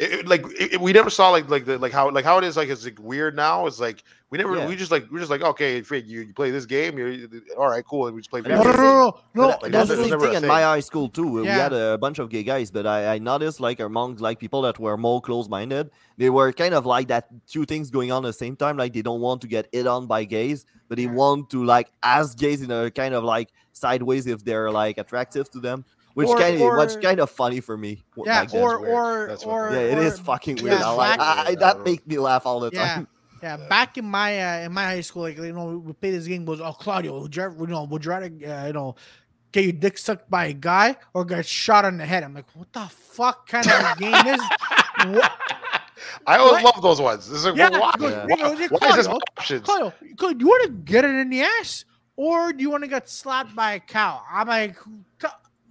It, it- like it, it- we never saw like like the, like how like how it is like it's like weird now. It's like we never Yeah. we just like we're just like okay, if you, you play this game, you're all right, cool, and we just play. And no, video games. no, that's it. no, no, no. But that- that's the was those- same never a thing in thing. my high school too. We- We Yeah. had a bunch of gay guys, but I, I noticed like among like people that were more close-minded, they were kind of like that two things going on at the same time. Like they don't want to get hit on by gays, but they Yeah. want to like ask gays in a kind of like sideways if they're like attractive to them, which Or- kind of what's or- kind of funny for me. w- yeah, back then. or weird. or That's or fucking Yeah, it or- is fucking weird. yeah, I like I, black- I, that make me laugh all the Yeah. time. Yeah, back in my uh, in my high school, like you know, we, we played this game. Was oh Claudio, would you, ever, you know, would you rather uh, you know get your dick sucked by a guy or get shot on the head? I'm like, what the fuck kind of game is? What? I always What? love those ones. It's like, Yeah, why, it goes, Yeah. "Nigga, is it why is this Claudio? options? Claudio, Claudio, do you want to get it in the ass or do you want to get slapped by a cow? I'm like, "C-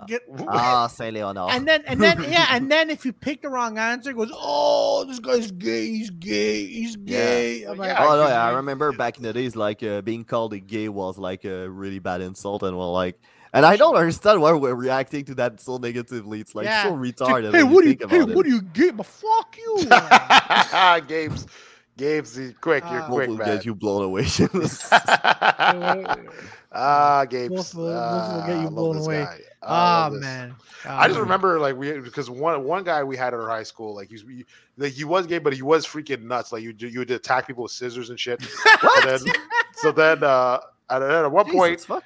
get. Ah, Saint Leonard. And then, and then, yeah, and then if you pick the wrong answer, it goes, oh, this guy's gay, he's gay, he's gay. I'm like, Yeah, Oh no, you- yeah, I you- remember back in the days, like uh, being called a gay was like a really bad insult, and well, like, and I don't understand why we're reacting to that so negatively. It's like Yeah. so retarded. hey, when what do you, think hey, about it. what do you get? But fuck you. man." Games, Games, he's quick, you're Uh, quick, Hopefully man. get you blown away. ah, Games. Wolf will- Wolf will get ah, you I love blown this away. guy. I Ah love this. man. I just Ah. remember like we because one one guy we had at our high school like he's he, like he was gay but he was freaking nuts like you you would attack people with scissors and shit. So then, so then uh, and then at one point Jesus, fuck.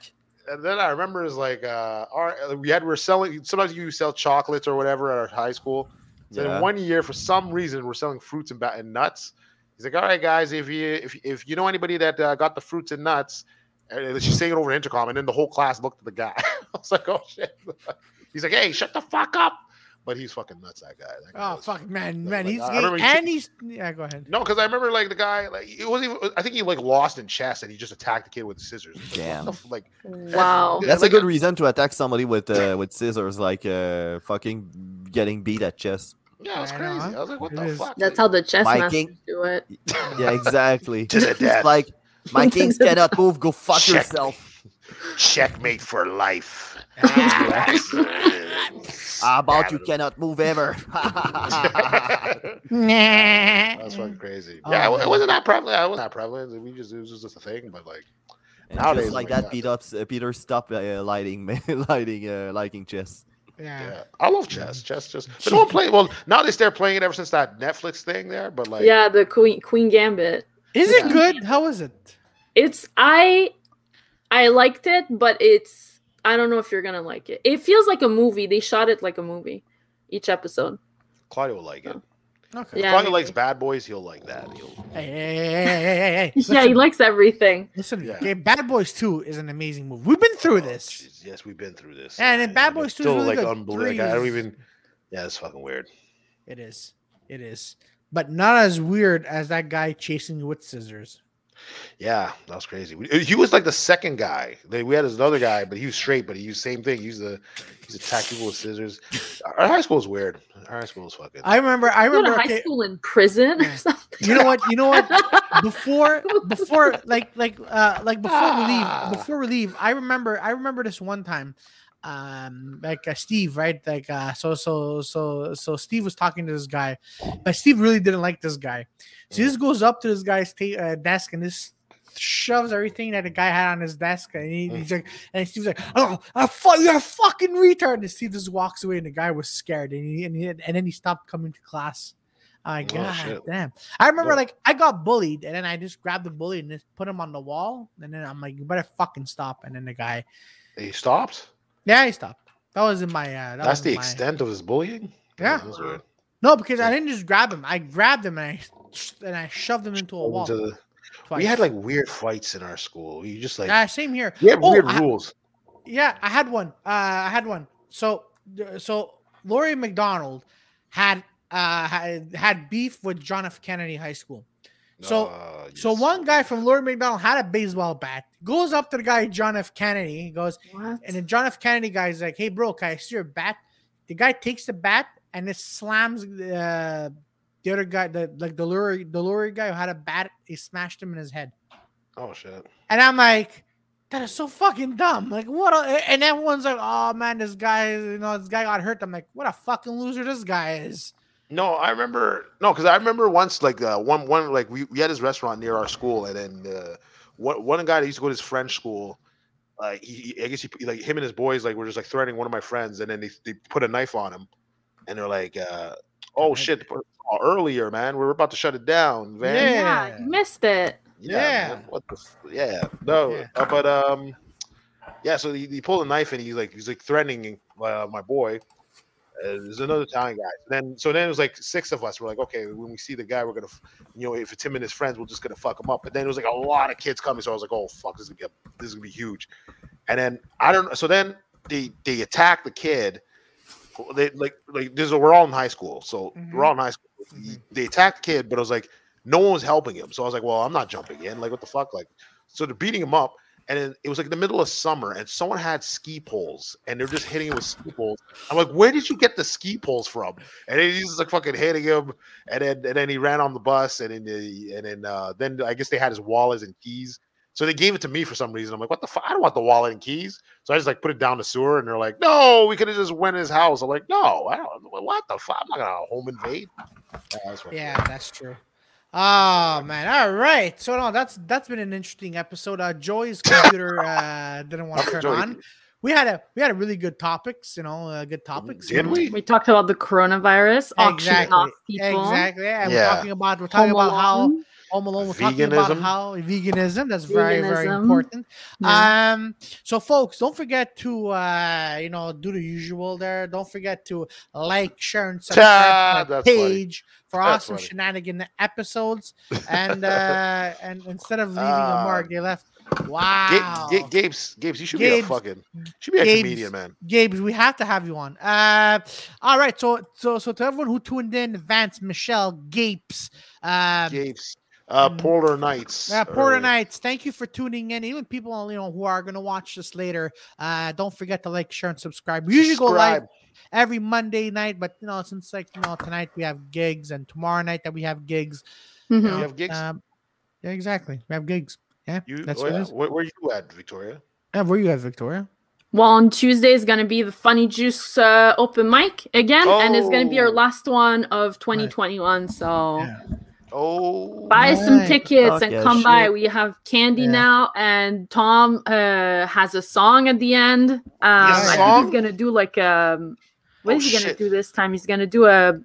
and then I remember is like uh our we had we are selling sometimes you sell chocolates or whatever at our high school. So Yeah. then one year for some reason we're selling fruits and, ba- and nuts. He's like, all right, guys, if you if, if you know anybody that uh, got the fruits and nuts, and she's saying it over intercom, and then the whole class looked at the guy. I was like, oh shit. He's like, hey, shut the fuck up. But he's fucking nuts, that guy. That guy Oh was- fuck, man, Like, man, he's I gay, remember he and he's yeah. Go ahead. No, because I remember like the guy, like it wasn't even. I think he like lost in chess, and he just attacked the kid with scissors. It's like, what Damn. the f- like wow. Yeah, That's like uh, a a- good reason to attack somebody with uh, with scissors, like uh, fucking getting beat at chess. yeah, it's I crazy. know, I was like, what It the is. fuck? That's how the chess Viking. masters do it. Yeah, exactly. To the It's death. like my kings cannot move. Go fuck Check. yourself. Checkmate for life. How Ah, about Damn you it. cannot move ever? That's fucking crazy. Oh, Yeah, it wa- man. it wasn't that prevalent. I wasn't that prevalent. We just it was just a thing, but like And Nowadays, just like my that, God. beat up uh, Peter stop uh, lighting, lighting, uh, liking chess. Yeah. yeah. I love chess. Chess just but no one play well now they start playing it ever since that Netflix thing there, but like yeah, the Queen Queen Gambit. Is Yeah. it good? How is it? it's I I liked it, but it's I don't know if you're gonna like it. It feels like a movie. They shot it like a movie, each episode. Claudio will like it. Okay. If Yeah, Claudio maybe. likes bad boys, he'll like that. He'll, Hey, hey, hey, hey, hey, hey, hey. Yeah, he Listen, likes everything. listen Yeah. okay, Bad Boys 2 is an amazing movie. We've been through Oh, this. jeez, yes, we've been through this. And then man. Bad It's Boys 2 is still really like good. unbelievable. Three Like, I don't is- even. Yeah, it's fucking weird. It is. It is. But not as weird as that guy chasing you with scissors. Yeah, that was crazy. We- He was like the second guy. Like, We had this other guy, but he was straight, but he used same thing. He used the he's attack people with scissors. Our high school is weird. Our high school is fucking. I remember. I I go to remember. high okay, school in prison Yeah. or something. you know what? You know what? Before, before, like, like, uh, like before we Ah. leave, before we leave, I remember. I remember this one time. Um, like uh, Steve, right? Like, uh, so, so, so, so Steve was talking to this guy, but Steve really didn't like this guy. So this goes up to this guy's ta- uh, desk and this shoves everything that the guy had on his desk, and he, Mm. he's like, and Steve's like, "Oh, I fu- you're a fucking retard!" And Steve just walks away, and the guy was scared, and he, and, he, and then he stopped coming to class. I Oh, god shit. damn! I remember Yeah. like I got bullied, and then I just grabbed the bully and just put him on the wall, and then I'm like, "You better fucking stop!" And then the guy, he stopped. yeah, he stopped. That was in my. Uh, that That's was the my- extent of his bullying. Yeah. that was weird. No, because I didn't just grab him. I grabbed him and I and I shoved him into a wall. Into the- twice. we had like weird fights in our school. You just like yeah, same here. we had Oh, weird I- rules. Yeah, I had one. Uh, I had one. So, so Lori McDonald had uh had, had beef with John F. Kennedy High School. So- Uh, So yes. one guy from Lori McDonald had a baseball bat. Goes up to the guy John F. Kennedy. He goes, What? and the John F. Kennedy guy is like, "Hey, bro, can I see your bat?" The guy takes the bat and it slams uh, the other guy, the like the Lori the Lori guy who had a bat. He smashed him in his head. Oh shit. And I'm like, that is so fucking dumb. Like, what? A, and everyone's like, oh man, this guy, you know, this guy got hurt. I'm like, what a fucking loser this guy is. No, I remember. No, because I remember once, like uh, one one like we, we had this restaurant near our school, and then uh, one one guy that used to go to his French school, like he, he- I guess he like him and his boys like were just like threatening one of my friends, and then they, they put a knife on him, and they're like, uh, "Oh knife. shit, put- oh, earlier man, we were about to shut it down, man." Yeah. yeah, you missed it. Yeah. man, what the? F- yeah, no, Yeah. uh, but um, yeah. So he, he pulled a knife and he's like he's like threatening uh, my boy. Uh, there's another Mm-hmm. Italian guy. then so then it was like six of us. We're like, okay, when we see the guy, we're gonna, f- you know, if it's him and his friends, we're just gonna fuck him up. But then it was like a lot of kids coming, so I was like, oh fuck, this is gonna be a, this is gonna be huge. And then I don't. So then they they attack the kid. They like like this. is- We're all in high school, so Mm-hmm. we're all in high school. Mhm. They attacked the kid, but it was like no one was helping him. So I was like, well, I'm not jumping in. Like, what the fuck? Like, so they're beating him up. And then it was like the middle of summer, and someone had ski poles, and they're just hitting him with ski poles. I'm like, where did you get the ski poles from? And then he's just like fucking hitting him, and then and then he ran on the bus, and then the, and then uh, then I guess they had his wallet and keys, so they gave it to me for some reason. I'm like, what the fuck? I don't want the wallet and keys, so I just like put it down the sewer, and they're like, no, we could have just went in his house. I'm like, no, I don't. What the fuck? I'm not gonna home invade. Yeah, that's what- Yeah, that's true. Oh man. All right. So no, that's that's been an interesting episode. Uh Joey's computer uh didn't want to turn Joey, on. We had a we had a really good topics, you know, uh, good topics. Did we? We talked about the coronavirus, auctioning Exactly. off people. Exactly. And Yeah. we're talking about we're talking Home about how Alone. Home Alone. We're talking about Veganism. how veganism. That's very very Veganism. important. Yeah. Um, so folks, don't forget to uh, you know, do the usual there. Don't forget to like, share, and subscribe to our Ah, that's funny. page for That's awesome funny. shenanigan episodes. And uh, and instead of leaving a Ah. mark, they left. Ga- Wow, Ga- Gabe's, Gabe's, you should be a Gabe's- fucking, should be a Gabe's- comedian, man. Gabe, we have to have you on. Uh, all right. So so so to everyone who tuned in, Vance, Michelle, Gapes, uh, Gabe's, uh, mm. Porter Knights. uh, Yeah, Porter or- Knights, thank you for tuning in. Even people you know who are gonna watch this later, uh, don't forget to like, share, and subscribe. We usually go live Subscribe. every Monday night, but you know, since like you know, tonight we have gigs and tomorrow night that we have gigs. Mhm. You have gigs. Um, yeah, exactly. We have gigs. Yeah, you, that's oh, what yeah. it is. Where, where you at, Victoria? Yeah, where you at, Victoria? Well, on Tuesday is going to be the Funny Juice uh, open mic again, and it's going to be our Oh. last one of 2021. So Yeah. Oh, buy some Right. tickets Fuck and yeah, come by. shit. We have candy Yeah. now, and Tom uh, has a song at the end. Um, has a I think song? he's going to do like um, what Oh, is he going shit. to do this time? He's going to do a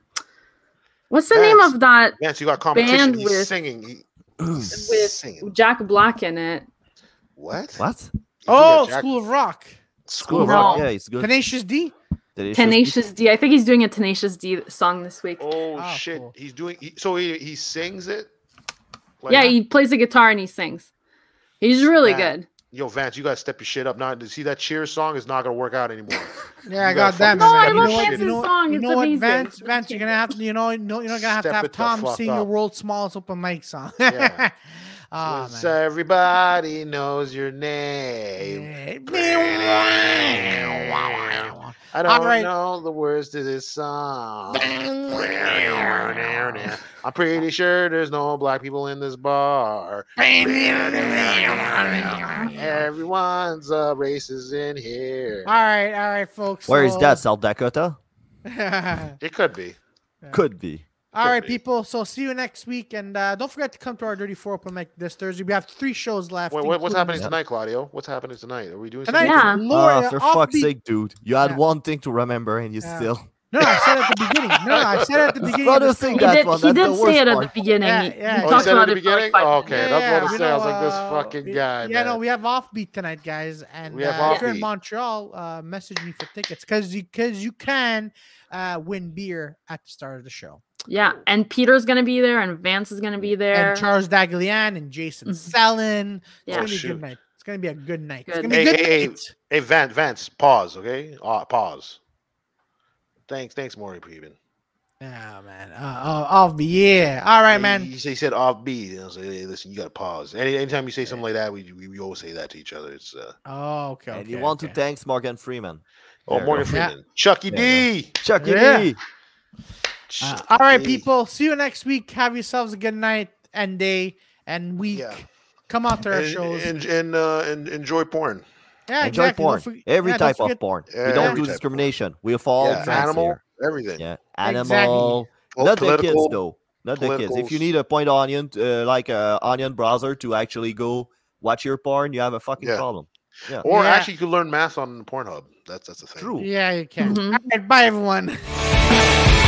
what's the name That's- of that? Vance, you got competition. He's Bandwidth. singing. He, with Jack Black in it. What? What? Oh, Jack- School of Rock. School of Rock. Rock. Yeah, it's good. Tenacious D. Tenacious D. Tenacious D. I think he's doing a Tenacious D song this week. Oh Ah, shit, cool. he's doing. He, so he he sings it. Like, yeah, he plays the guitar and he sings. He's really Snap. good. Yo, Vance, you gotta step your shit up. Not see that Cheers song is not gonna work out anymore. Yeah, You God gotta damn it. fucking step your man. You know what- shit Vance's you know up. what- song. You It's know what, amazing. Vance? Vance, you're gonna have to. You know, you know, you're not gonna have Step it to have the Tom fuck sing up. your world's smallest open mic song. Yeah. Ah, Since man. everybody knows your name. I don't Alright. know the words to this song. I'm pretty sure there's no black people in this bar. Everyone's a racist in here. All right, all right, folks. Where is so- that? South Dakota? It could be. Could be. All right, Could be. people. So see you next week, and uh, don't forget to come to our Dirty Four open mic this Thursday. We have three shows left. Wait, what, what's including happening this- Yeah. tonight, Claudio? What's happening tonight? Are we doing Tonight, something? Yeah. yeah. Laura, Ah, for offbeat- fuck's sake, dude. You had Yeah. one thing to remember and you Yeah. still. No, no, I said it at the beginning. No, no, I said it at the beginning. of Brother, the sing show. He that did, one. he That's did the worst say it at the part. beginning. Yeah, He- yeah. he Oh, he talked said it at about the it for beginning? like five Oh, okay. minutes. that's what I was we saying. I was know, like, this uh, fucking we- guy, Yeah, no, man. we have offbeat tonight, guys. And We have uh, if you're in offbeat. Montreal, uh, message me for tickets because you because you can uh, win beer at the start of the show. Yeah, and Peter's gonna be there, and Vance is gonna be there. And Charles Daglian and Jason Mhm. Sellen. It's Yeah. gonna be a Oh, Shoot. good night. It's gonna be a good night. It's Good. gonna be a Hey, good hey, hey. night. Hey, Vance, Vance, pause, okay? Uh, pause. Thanks, thanks, Maury Preben. Oh man, uh, oh, off the yeah. All right, He, man. he said offbeat. And I was like, hey, listen, you got to pause. Any, anytime you say something like that, we, we, we always say that to each other. It's uh, Oh, okay. And you okay, want to okay. thank Morgan Freeman. oh, There you Morgan go. Yeah. Freeman, Chucky There you D. Chuck E. Yeah. D. Uh, Chucky all right, D. people. See you next week. Have yourselves a good night and day and week. Yeah. Come out to our And, shows. and, and, uh, and enjoy porn. yeah, Enjoy exactly. Don't porn. forget- every yeah, don't type of forget- porn. Yeah, we every don't do type of discrimination. We're for all yeah, trans animal, here. everything. Yeah, Exactly. animal. Po- Not the kids political- though. Not the kids. If you politicals. need a point onion, uh, like a onion browser to actually go watch your porn, you have a fucking Yeah. problem. Or Yeah. actually, you could learn math on Pornhub. That's that's the thing. True. Yeah, you can. Mhm. All right, bye, everyone.